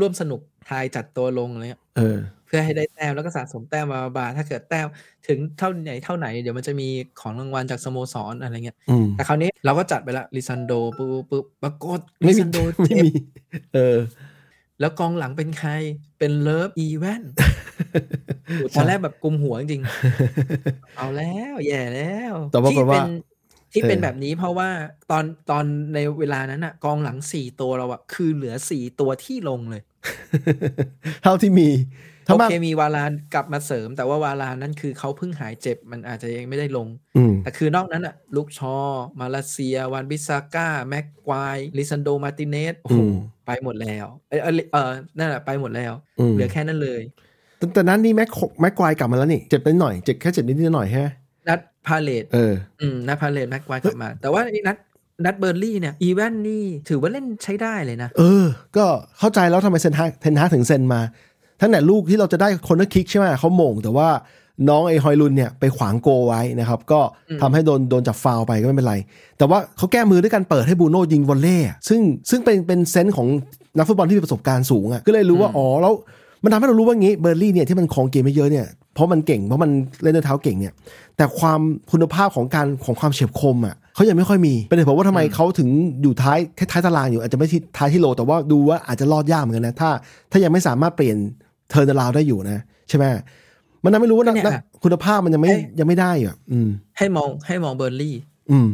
ร่วมสนุกทายจัดตัวลงอะไรเงี้ย
เออ
เพื่อให้ได้แต้มแล้วก็สะสมแต้มมาบาๆถ้าเกิดแต้มถึงเท่าไหนเท่าไหนเดี๋ยวมันจะมีของรางวัลจากสโมสรอะไรเงี้ย
อืม
แต่คราวนี้เราก็จัดไปละลิซันโดปุ๊บปุ๊บปรากฏลิ
ไม่มี
ซันโด
ไม่
เจ็บ
มีเออ
แล้วกองหลังเป็นใครเป็นเลิฟอีแวน ตอนแรกแบบกลุมหัวจริงๆ เอาแล้วแย่แล้ว
แต่ปรากฏว่า
ที่เป็นที่เป็นแบบนี้เพราะว่าตอนตอนในเวลานั้นอะกองหลังสี่ตัวเราอะคือเหลือสี่ตัวที่ลงเลย
เท่าที่มีถ้า
โอ
มาก
เคมีวาลานกลับมาเสริม แต่ว่าวาลานนั้นคือเขาเพิ่งหายเจ็บมันอาจจะยังไม่ได้ลง
อืม
แต่คือนอกนั้นอะลูกชอ มาเลเซีย วานบิซาก้า แม็กควายลิซันโด มาร์ติเนสโอ้โห
อืม
ไปหมดแล้ว เอยเอยเออนั่นแหละไปหมดแล้ว
อืม
เหลือแค่นั้นเลย
แต่แต่นั้นนี่แม็กแม็กควายกลับมาแล้วนี่เจ็บนิดหน่อยเจ็บแค่เจ็บนิดๆหน่อยๆฮะ
นัดพาเลต
เออ
อืมนัดพาเลตแม็กควายกลับมา แต่ว่าไอ้นัดนัดเบอร์ลี่เนี่ยอีแวนนี่ถือว่าเล่นใช้ได้เลยนะ
เออ ก็เข้าใจแล้วทำไมเซนฮาเทนฮาถึงเซ็นมา ทั้งแต่ลูกที่เราจะได้คอร์เนอร์คิกใช่ไหมเขาโหม่งแต่ว่าน้องไอฮอยลุนเนี่ยไปขวางโกไว้นะครับ ก็
อืม
ทำให้โดนโดนจับฟาวล์ไปก็ไม่เป็นไร แต่ว่าเขาแก้มือด้วยการเปิดให้บูโน่ยิงวอลเล่อะซึ่งซึ่งเป็นเป็นเซนส์ของนักฟุตบอลที่มีประสบการณ์สูงอะ่ะก็เลยรู้ว่าอ๋อแล้วมันทำให้เรารู้ว่างี้เบอร์ลี่เนี่ยที่มันของเกมไม่เยอะเนี่ยเพราะมันเก่งเพราะมันเล่นด้วยเท้าเก่งเนี่ย แต่ความคุณภาพของการของความเฉียบคมอ่ะเขายังไม่ค่อยมีเป็นเหตุผลว่าทำไมเขาถึงอยู่ท้ายท้ายตารางอยู่อาจจะไม่ที่ท้ายที่โล แต่ว่าดูว่าอาจจะรอดยากเหมือนกันนะถ้า ถ้ายังไม่สามารถเปลี่ยนเทอร์นาราวได้อยู่นะ ใช่ไหมมันทำให้รู้ว่านัก
เนี่ย
นักคุณภาพมันยังไม่
เอ้ย
ยังไม่ได้อ่ะอืม
ให้มองให้มองเบอร์ลี่
อืม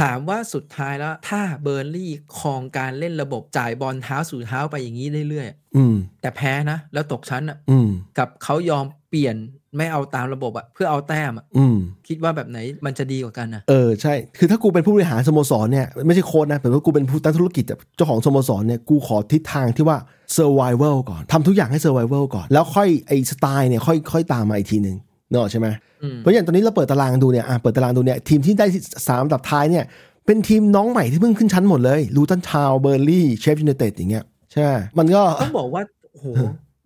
ถามว่าสุดท้ายแล้ว ถ้าเบอร์ลี่ครองการเล่นระบบจ่ายบอลเท้าสู่เท้าไปอย่างนี้เรื่อย
อืม
ๆแต่แพ้นะ แล้วตกชั้นอะ
อืม
กับเขายอมเปลี่ยนไม่เอาตามระบบอะเพื่อเอาแต้มอะ
อืม
คิดว่าแบบไหนมันจะดีกว่ากันนะ
เออใช่ คือถ้ากูเป็นผู้บริหารสโมสรเนี่ยไม่ใช่โค้ดนะแต่ว่ากูเป็นผู้ตั้งธุรกิจอะเจ้าของสโมสรเนี่ยกูขอทิศทางที่ว่า survival ก่อนทำทุกอย่างให้ survival ก่อน แล้วค่อยไอ้สไตล์เนี่ยค่อยค่อยตามมาอีกทีหนึ่งเนกอะใช่ไหม
อืม
เพราะอย่างตอนนี้เราเปิดตารางดูเนี่ยอ่ะเปิดตารางดูเนี่ยทีมที่ได้สามอันดับท้ายเนี่ย เป็นทีมน้องใหม่ที่เพิ่งขึ้นชั้นหมดเลยลูตันทาวเบอร์ลี่เชฟยูไนเต็ดอย่างเงี้ยใช่ไหมมันก็
ต้องบอกว่าโอ้โห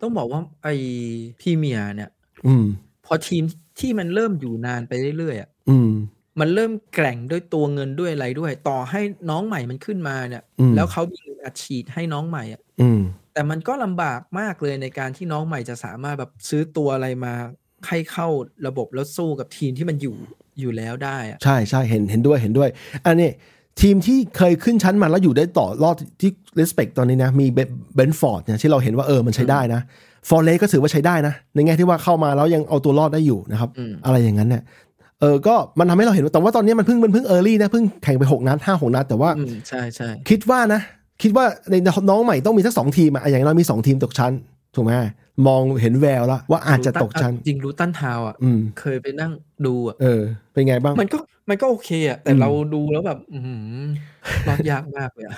ต้องบอกว่าไอพรีเมียร์เนี่ย
อืม
พอทีมที่มันเริ่มอยู่นานไปเรื่อยๆอะ
อืม
มันเริ่มแกร่งด้วยตัวเงินด้วยอะไรด้วย ต่อให้น้องใหม่มันขึ้นมาเนี่ย
อืม
แล้วเขามีเงินอัดฉีดให้น้องใหม่อะ
อืม
แต่มันก็ลำบากมากเลยในการที่น้องใหม่จะสามารถแบบซื้อตัวอะไรมาให้เข้าระบบแล้วสู้กับทีมที่มันอยู่อยู่แล้วได้อะ
ใช่ใช่เห็นเห็นด้วยเห็นด้วย อันนี้ทีมที่เคยขึ้นชั้นมาแล้วอยู่ได้ต่อรอดที่ respect ตอนนี้นะ มีเบนฟอร์ดเนี่ยที่เราเห็นว่าเออมันใช้ได้นะฟอร์เรก็ถือว่าใช้ได้นะ ในแง่ที่ว่าเข้ามาแล้วยังเอาตัวรอดได้อยู่นะครับ
อืม
อะไรอย่างนั้นเนี่ยเออก็มันทำให้เราเห็นว่าแต่ว่าตอนนี้มันเพิ่งมันเพิ่งเออร์ลี่นะเพิ่งแข่งไปหกนัดห้าหกนัดแต่ว่า
อืมใช่ใช่
คิดว่านะ คิดว่าในน้องใหม่ต้องมีสักสองทีมอะอย่างน้อยมีสองทีมตกชั้น ถูกไหมมองเห็นแววแล้วว่าอาจจะตกชั้น
จริงรูตันทาวน์อ่ะ
อืม
เคยไปนั่งดูอ่ะ
เออ เป็นไงบ้าง
มันก็มันก็โอเคอ่ะ แต่
อืม
เราดูแล้วแบบ อือหือรอดยากมากเลยอ่ะ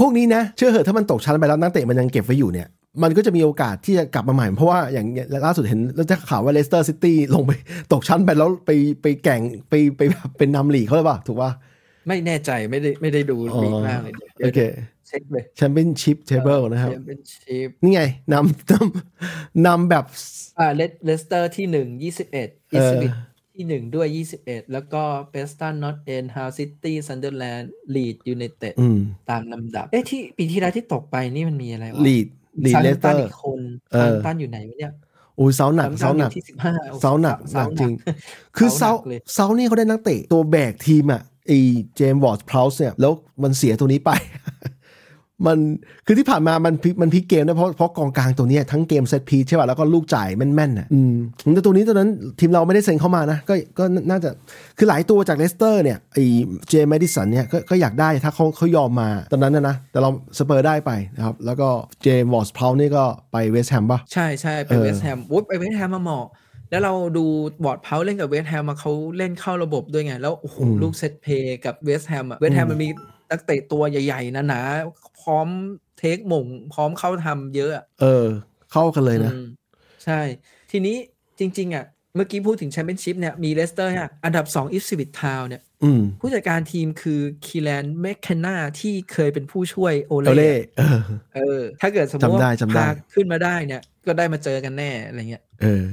พวกนี้นะ เชื่อเหอะถ้ามันตกชั้นไปแล้วนักเตะมันยังเก็บไว้อยู่เนี่ย มันก็จะมีโอกาสที่จะกลับมาใหม่ เพราะว่าอย่างล่าสุดเห็นแล้วจะข่าวว่าเลสเตอร์ซิตี้ลงไปตกชั้นไปแล้วไปไปแข่งไปไปแบบเป็นนำหลีกเขาหรือเปล่าถูกป่ะ
ไม่แน่ใจไม่ได้ไม่ได้ดู
อ๋อ
ดีมากเลยดี๋ยว
โอเค
เช็คเลย
แชมเปี้ยนชิพเทเบิลนะครับ
เป็นชีฟ
นี่ไงนำนำนำแบบ
อ่าเลสเตอร์ที่หนึ่งยี่สิบเอ็ดอิสบิท ที่หนึ่งด้วย 21 แล้วก็เ e สตันนอตเอนฮาวซิตี้ซันเดอร์แลนด์ลีดยูไนเต็ด
อืม
ตามลำดับ เอ๊ะที่ปีที่แล้วที่ตกไปนี่มันมีอะไรวะ
ลีดลีดเลสเต
ตั
อน ร์
อีกคน
เออ
ซัมตันอยู่ไหนวะเนี่ย
อุ้ยเสาหนัก
ซัม
เสาห
ตั
นัก
อยู่ที่สิบห้า
เซาหนักหนักจริง คือเซา
เซาห
เซา
นักเลย
นี่เขาได้นักเตะตัวแบกทีมอ่ะไอ้เจมส์วอร์ดพราวส์เนี่ย แล้วมันเสียตัวนี้ไป มันคือที่ผ่านมามันพลิกมันพลิกเกมนะเพราะเพราะกองกลางตัวเนี้ยทั้งเกมเซตพีชใช่ป่ะแล้วก็ลูกจ่ายแม่นๆน่ะอืมแต่ตัวนี้ตัวนั้นทีมเราไม่ได้เซ็นเข้ามานะ ก็ก็น่าจะคือหลายตัวจากเลสเตอร์เนี่ยไอ้เจมส์แมดิสันเนี่ยก็ก็อยากได้ถ้าเขาเขายอมมาตอนนั้นนะนะแต่เราสเปอร์ได้ไปนะครับแล้วก็เจมส์วอร์ดพราวส์นี่ก็ไปเวสต์แฮมป่ะ
ใช่ใช่ไป
เออ
เวสต์แฮมโอ้ยไปเวสต์แฮมมาเหมาะ แล้วเราดูบอร์ดเพาเล่นกับเวสต์แฮมมาเขาเล่นเข้าระบบด้วยไง แล้วโอ้โหลูกเซตเพลย์กับเวสต์แฮมอะเวสต์แฮมมันมีนักเตะตัวใหญ่ๆหนาๆพร้อมเทคหม่ง พร้อมเข้าทำเยอะอะ
เออ เข้ากันเลยนะ
อืมใช่ ทีนี้จริง ๆ อ่ะ เมื่อกี้พูดถึงแชมเปี้ยนชิพเนี่ยมีเลสเตอร์ฮะอันดับ2อิฟสวิตทาวเนี่ย
อืม
ผู้จัดการทีมคือคีแลนแมคเคนนาที่เคยเป็นผู้ช่วยโอ
เอา
เล่
เล่เออ
เออ ถ้าเกิดสมม
จำ
ติ
ได้
ว่า
จำได้
พาขึ้นมาได้เนี่ย ก็ได้มาเจอกันแน่อะไรเงี้ย
เออ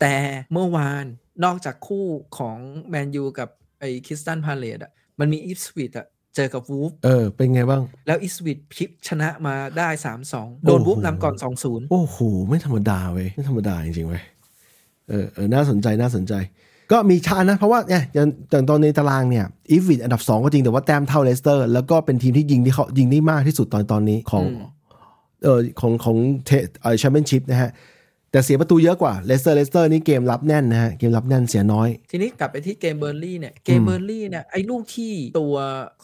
แต่เมื่อวานนอกจากคู่ของแมนยูกับไอ้คริสตันพาเลตอ่ะ มันมีอีฟสวิตอ่ะ เจอกับวูฟ
เออ เป็นไงบ้าง
แล้วอีฟสวิตพลิกชนะมาได้ 3-2 โดน
โอ้โห
วูฟนำก่อน 2-0
โอ้โห ไม่ธรรมดาเว้ย ไม่ธรรมดาจริงๆเว้ย เออเออน่าสนใจ น่าสนใจ ก็มีชานะ เพราะว่าเนี่ยอย่างอย่างตอนในตารางเนี่ย อีฟวิดอันดับ 2 ก็จริง แต่ว่าแต้มเท่าเลสเตอร์ แล้วก็เป็นทีมที่ยิงที่เขายิงได้มากที่สุดตอนตอนนี้ของ
อืม
เออของของเทเออแชมเปี้ยนชิพนะฮะ แต่เสียประตูเยอะกว่า เลสเตอร์ เลสเตอร์นี่เกมรับแน่นนะฮะ เกมรับแน่นเสียน้อย
ทีนี้กลับไปที่เกมเบอร์ลี่เนี่ย เกมเบอร์ลี่เนี่ย ไอ้ลูกที่ตัว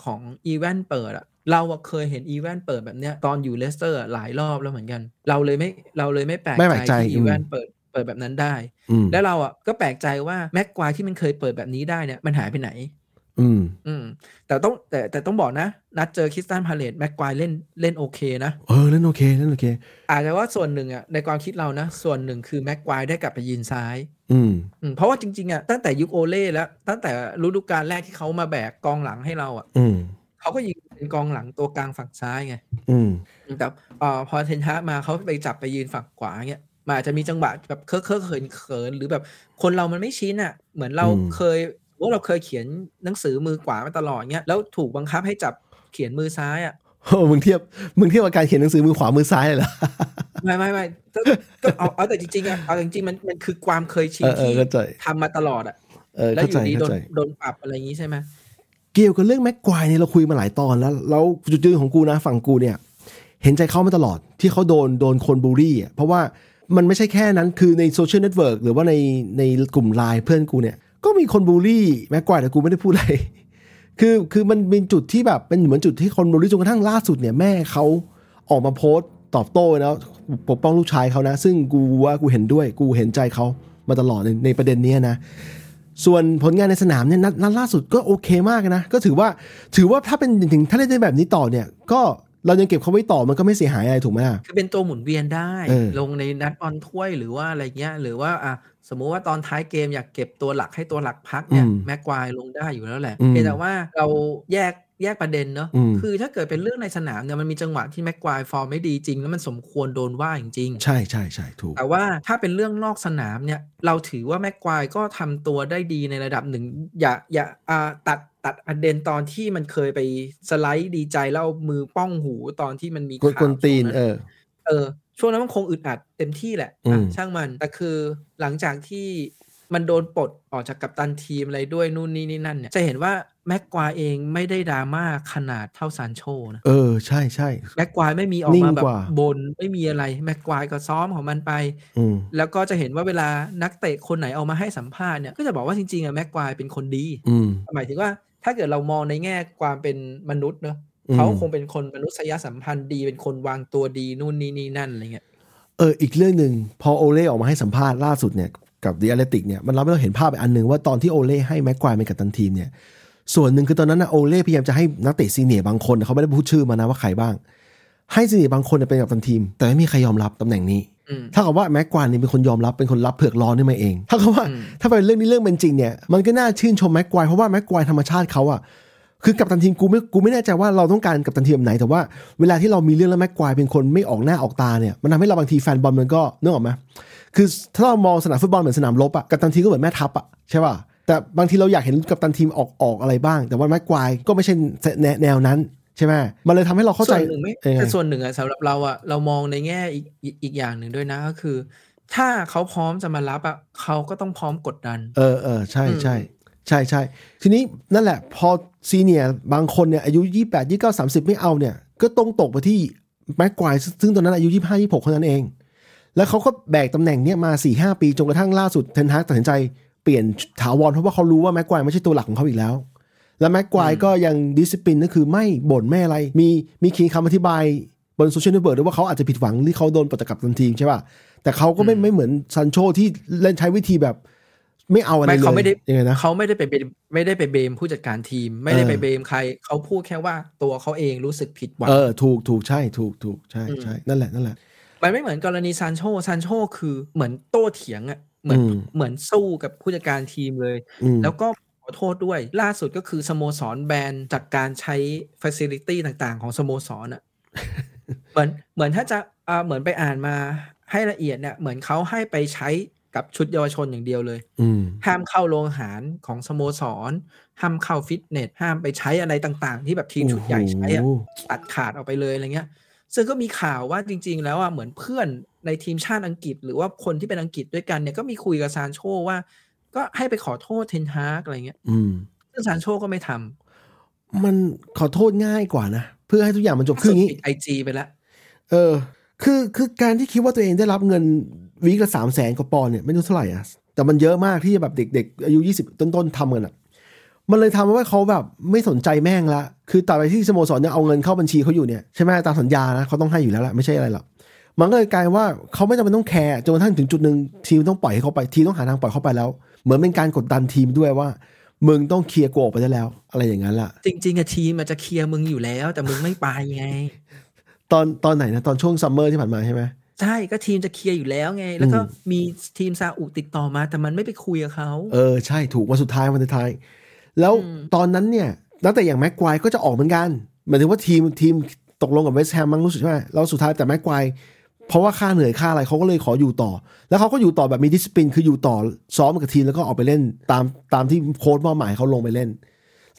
ของอีแวนเปิดอ่ะ เราอะเคยเห็นอีแวนเปิดแบบเนี้ยตอนอยู่เลสเตอร์อะหลายรอบแล้วเหมือนกัน เราเลยไม่เราเลยไม่แปลก
ไม่แปลกใจ
ใจที่อี
อืม
แวนเปิดเปิดแบบนั้นได้
อืม
แล้วเราอ่ะก็แปลกใจว่าแม็กควายที่มันเคยเปิดแบบนี้ได้เนี่ยมันหายไปไหน
อืม
อืม แต่ต้องแต่แต่ต้องบอกนะ นัดเจอคริสตันพาเลตแม็กควายเล่นเล่นโอเคนะ
เออเล่นโอเคเล่นโอเค
อาจจะว่าส่วนหนึ่งอ่ะในความคิดเรานะ ส่วนหนึ่งคือแม็กควายได้กลับไปยืนซ้าย
อืม
อืมเพราะว่าจริงๆอ่ะตั้งแต่ยุคโอเล่แล้ว ตั้งแต่ฤดูกาลแรกที่เขามาแบกกองหลังให้เราอ่ะ
อืม
เขาก็ยิงเป็นกองหลังตัวกลางฝั่งซ้ายไง
อืม
อืมแต่เอ่อพอเทนฮะมาเขาไปจับไปยืนฝั่งขวาเงี้ยมันอาจจะมีจังหวะแบบเคอะเคอะเขินเขินหรือแบบคนเรามันไม่ชินอ่ะ เหมือนเรา
อืม
เคยว่าเราเคยเขียนหนังสือมือขวามาตลอดเงี้ยแล้วถูกบังคับให้จับเขียนมือซ้ายอ่ะ
โอ้มึงเทียบ มึงเทียบกับการเขียนหนังสือมือขวามือซ้ายเลยเหรอ
ไม่ไม่ไม่ก็ก็เอาเอาแต่จริงๆอะเอาจริงๆมันมันคือความเคยชิ
เอน อเอ
ที่
อเข้าใจ
ทำมาตลอดอะ
เออ
แล้ว
เข้า
อ
ใจ
ยู่ดีโด
เข้าน ใจ
โดนปรับอะไรอย่างนี้ใช่ไหม
เกี่ยวกับเรื่องแม็กควายเนี่ยเราคุยมาหลายตอนแล้ว แล้วจุดยืนของกูนะฝั่งกูเนี่ย เห็นใจเขามาตลอดที่เขาโดนโดนคนบูลลี่อ่ะเพราะว่ามันไม่ใช่แค่นั้นคือในโซเชียลเน็ตเวิร์กหรือว่าในในกลุ่มไลน์เพื่อนกูเนี่ย ก็มีคนบูลลี่แม็กควายแต่กูไม่ได้พูดอะไร คือคือมันเป็นจุดที่แบบเป็นเหมือนจุดที่คนบูลลี่จนกระทั่งล่าสุดเนี่ยแม่เขาออกมาโพสต์ตอบโต้นะปกป้องลูกชายเขานะ ซึ่งกูว่ากูเห็นด้วยกูเห็นใจเขามาตลอดในในประเด็นเนี้ยนะ ส่วนผลงานในสนามเนี่ยนัดนัดล่าสุดก็โอเคมากนะ ก็ถือว่าถือว่าถ้าเป็นถึงถ้าเล่นได้แบบนี้ต่อเนี่ย ก็เรายังเก็บเขาไว้ต่อมันก็ไม่เสียหายอะไรถูกไหมล่ะ
คือเป็นตัวหมุนเวียนได้
เออ
ลงในนัดบอลถ้วยหรือว่าอะไรเงี้ยหรือว่าอ่ะสมมุติว่าตอนท้ายเกมอยากเก็บตัวหลักให้ตัวหลักพักเนี่ย
อืม
แม็กควายลงได้อยู่แล้วแหละ
อืม
เพียงแต่ว่าเราแยกแยกประเด็นเนอะ
อืม
คือถ้าเกิดเป็นเรื่องในสนามเนี่ยมันมีจังหวะที่แม็กควายฟอร์มไม่ดีจริง แล้วมันสมควรโดนว่าจริงๆ
ใช่ใช่ใช่ถูก
แต่ว่าถ้าเป็นเรื่องนอกสนามเนี่ย เราถือว่าแม็กควายก็ทำตัวได้ดีในระดับหนึ่ง อย่าอย่าอ่าตัดตัดประเด็นตอนที่มันเคยไปสไลด์ดีใจแล้วเอามือป้องหูตอนที่มันมี
กวน
ข่าว
กวนตีน
ช่วง
เออ
เออ ช่วงนั้นมันคงอึดอัดเต็มที่แหละ
อื
อ่ะ
ม
ช่างมันแต่คือหลังจากที่มันโดนปลดออกจากกัปตันทีมอะไรด้วยนู่นนี่นี่นั่นเนี่ยจะเห็นว่าแม็กควายเองไม่ได้ดราม่าขนาดเท่าซานโชนะ
เออ ใช่ใช่
แม็กควายไม่มีออกมาแบ
นิ่งก
บ
ว่า
บนไม่มีอะไรแม็กควายก็ซ้อมของมันไป
อืม
แล้วก็จะเห็นว่าเวลานักเตะคนไหนเอามาให้สัมภาษณ์เนี่ย ก็จะบอกว่าจริงๆอะแม็กควายเป็นคนดี
อืม
หมายถึงว่าถ้าเกิดเรามองในแง่ความเป็นมนุษย์เนอะ
อืม
เขาคงเป็นคนมนุษยสัมพันธ์ดีเป็นคนวางตัวดีนู่นนี่นี่นั่นอะไรเงี้ย
เอออีกเรื่องหนึ่งพอโอเล่ออกมาให้สัมภาษณ์ล่าสุดเนี่ยกับดิอาเลติกเนี่ยมันรับให้เราเห็นภาพไปอันหนึ่งว่าตอนที่โอเล่ให้แม็กควายเป็นกัปตันทีมเนี่ย ส่วนหนึ่งคือตอนนั้นนะโอเล่พยายามจะให้นักเตะซีเนียร์บางคนเขาไม่ได้พูดชื่อมานะว่าใครบ้าง ให้ซีเนียร์บางคนเนี่ยเป็นกัปตันทีม แต่ไม่มีใครยอมรับตำแหน่งนี้
อืม
ถ้ากับว่าแม็กควานนี่เป็นคนยอมรับเป็นคนรับเผือกร้อนนี่มาเอง ถ้ากับว่า
อืม
ถ้าเป็นเรื่องนี้เรื่องเป็นจริงเนี่ยมันก็น่าชื่นชมแม็กควายเพราะว่าแม็กควายธรรมชาติเขาอะคือกับตันทีมกูไม่กูไม่แน่ใจว่าเราต้องการกับตันทีมแบบไหน แต่ว่าเวลาที่เรามีเรื่องแล้วแม็กควายเป็นคนไม่ออกหน้าออกตาเนี่ยมันทำให้เราบางทีแฟนบอลมันก็นึกออกไหม คือถ้าเรามองสนามฟุตบอลเหมือนสนามรบอะกัปตันทีมก็เหมือนแม่ทัพอะใช่ป่ะแต่บางทีเราอยากเห็นกัปตันทีมออกออกอะไรบ้าง แต่ว่าแม็กควายก็ไม่ใช่แนวแนวนั้นใช่ไหมมันเลยทำให้เราเข้าใจ
ส่วนหนึ่งไม่
เออ
แต่ส่วนหนึ่งอะสำหรับเราอะเรามองในแง่อีกอีกอีกอย่างหนึ่งด้วยนะก็คือ ถ้าเขาพร้อมจะมารับอะเขาก็ต้องพร้อมกดดัน
เออเออใช่
อืม
ใช่ใช่ใช่ทีนี้นั่นแหละพอซีเนียร์บางคนเนี่ยอายุ 28 29 30 ไม่เอาเนี่ย ก็ตรงตกไปที่แม็กควายซึ่งตอนนั้นอายุ 25 26คนนั้นเอง แล้วเขาก็แบกตำแหน่งเนี่ยมา 4 5 ปีจนกระทั่งล่าสุดเทนฮากตัดสินใจเปลี่ยนถาวรเพราะว่าเขารู้ว่าแม็กควายไม่ใช่ตัวหลักของเขาอีกแล้ว และแม็กควายก็ยังดิสซิปลินก็คือไม่บ่นไม่อะไร มีมีคีย์คำอธิบายบนโซเชียลเน็ตเวิร์กด้วยว่าเขาอาจจะผิดหวังหรือเขาโดนปลดจากกัปตันทีมใช่ป่ะแต่เขาก็ไม่ไม่เหมือนซันโชที่เล่นใช้วิธีแบบ ไม่เอาอะไร
ไม่
เลย
เขาไม่ได้
ยังไงนะ
เขาไม่ได้ไปเบมไม่ได้ไปเบมผู้จัดการทีม ไม่ได้ไป
เออ
เบมใคร เขาพูดแค่ว่าตัวเขาเองรู้สึกผิดหวัง
เออถูกถูกใช่ถูกถูกใช่
อืม
ใช่นั่นแหละนั่นแหละ
มันไม่เหมือนกรณีซานโชซานโชคือเหมือนโต้เถียงอะเหมือน
อืม
เหมือนสู้กับผู้จัดการทีมเลย
อืม
แล้วก็ขอโทษด้วย ล่าสุดก็คือสโมสรแบนจากการใช้ฟิสิลิตี้ต่างๆ ของสโมสรอ่ะ เหมือนเหมือนถ้าจะเอ่อเหมือนไปอ่านมาให้ละเอียดเนี่ย เหมือนเขาให้ไปใช้กับชุดเยาวชนอย่างเดียวเลย
อืม
ห้ามเข้าโรงอาหารของสโมสร ห้ามเข้าฟิตเนส ห้ามไปใช้อะไรต่างๆ ที่แบบทีมชุดใหญ่ใช้อะ
โอ้โห
ตัดขาดออกไปเลยอะไรเงี้ย ซึ่งก็มีข่าวว่าจริง ๆ แล้วอ่ะเหมือนเพื่อนในทีมชาติอังกฤษ หรือว่าคนที่เป็นอังกฤษด้วยกันเนี่ยก็มีคุยกับซานโชว่า ก็ให้ไปขอโทษเทนฮากอะไรเงี้ย
อืม
ซึ่งซานโชก็ไม่ท
มันขอโทษง่ายกว่านะ เพื่อให้ทุกอย่างมันจบ
ำ
คืออย่างนี้
ปิดไอจีไปแล้ว
เออ คือคือการที่คิดว่าตัวเองได้รับเงินวีคละสามแสนกว่าปอนด์เนี่ยไม่รู้เท่าไหร่อ่ะ แต่มันเยอะมากที่แบบเด็กๆ อายุ 20 ต้นๆทำกันอ่ะ มันเลยทำให้เขาแบบไม่สนใจแม่งละ คือต่อไปที่สโมสรเนี่ยเอาเงินเข้าบัญชีเขาอยู่เนี่ยใช่ไหมตามสัญญานะเขาต้องให้อยู่แล้วละไม่ใช่อะไรหรอก มันก็เลยกลายว่าเขาไม่จำเป็นต้องแคร์จนกระทั่งถึงจุดหนึ่งทีมต้องปล่อยให้เขาไปทีมต้องหาทางปล่อยเขาไปแล้ว เหมือนเป็นการกดดันทีมด้วยว่า มึงต้องเคลียร์กูออกไปได้แล้ว อะไรอย่างนั้นล่ะ
จริง ๆอะทีมมันจะเคลียร์มึงอยู่แล้ว แต่มึงไม่ไปไง
ตอนตอนไหนนะตอนช่วงซัมเมอร์ที่ผ่านมาใช่ไหม
ใช่ก็ทีมจะเคลียร์อยู่แล้วไง แล้วก็
อืม
มีทีมซาอุติดต่อมา แต่มันไม่ไปคุยกับเขา
เออ ใช่ถูกวันสุดท้ายวันสุดท้าย แล้ว
อืม
ตอนนั้นเนี่ยนักเตะอย่างแม็กควายก็จะออกเหมือนกันหมายถึงว่าทีมทีมตกลงกับเวสต์แฮมมั้งรู้สึกใช่ไหมแล้วสุดท้ายแต่แม็กควายเพราะว่าค่าเหนื่อยค่าอะไรเขาก็เลยขออยู่ต่อ แล้วเขาก็อยู่ต่อแบบมีดิสซิปลินคืออยู่ต่อซ้อมกับทีมแล้วก็ออกไปเล่นตามตามที่โค้ชมอบหมายเขาลงไปเล่น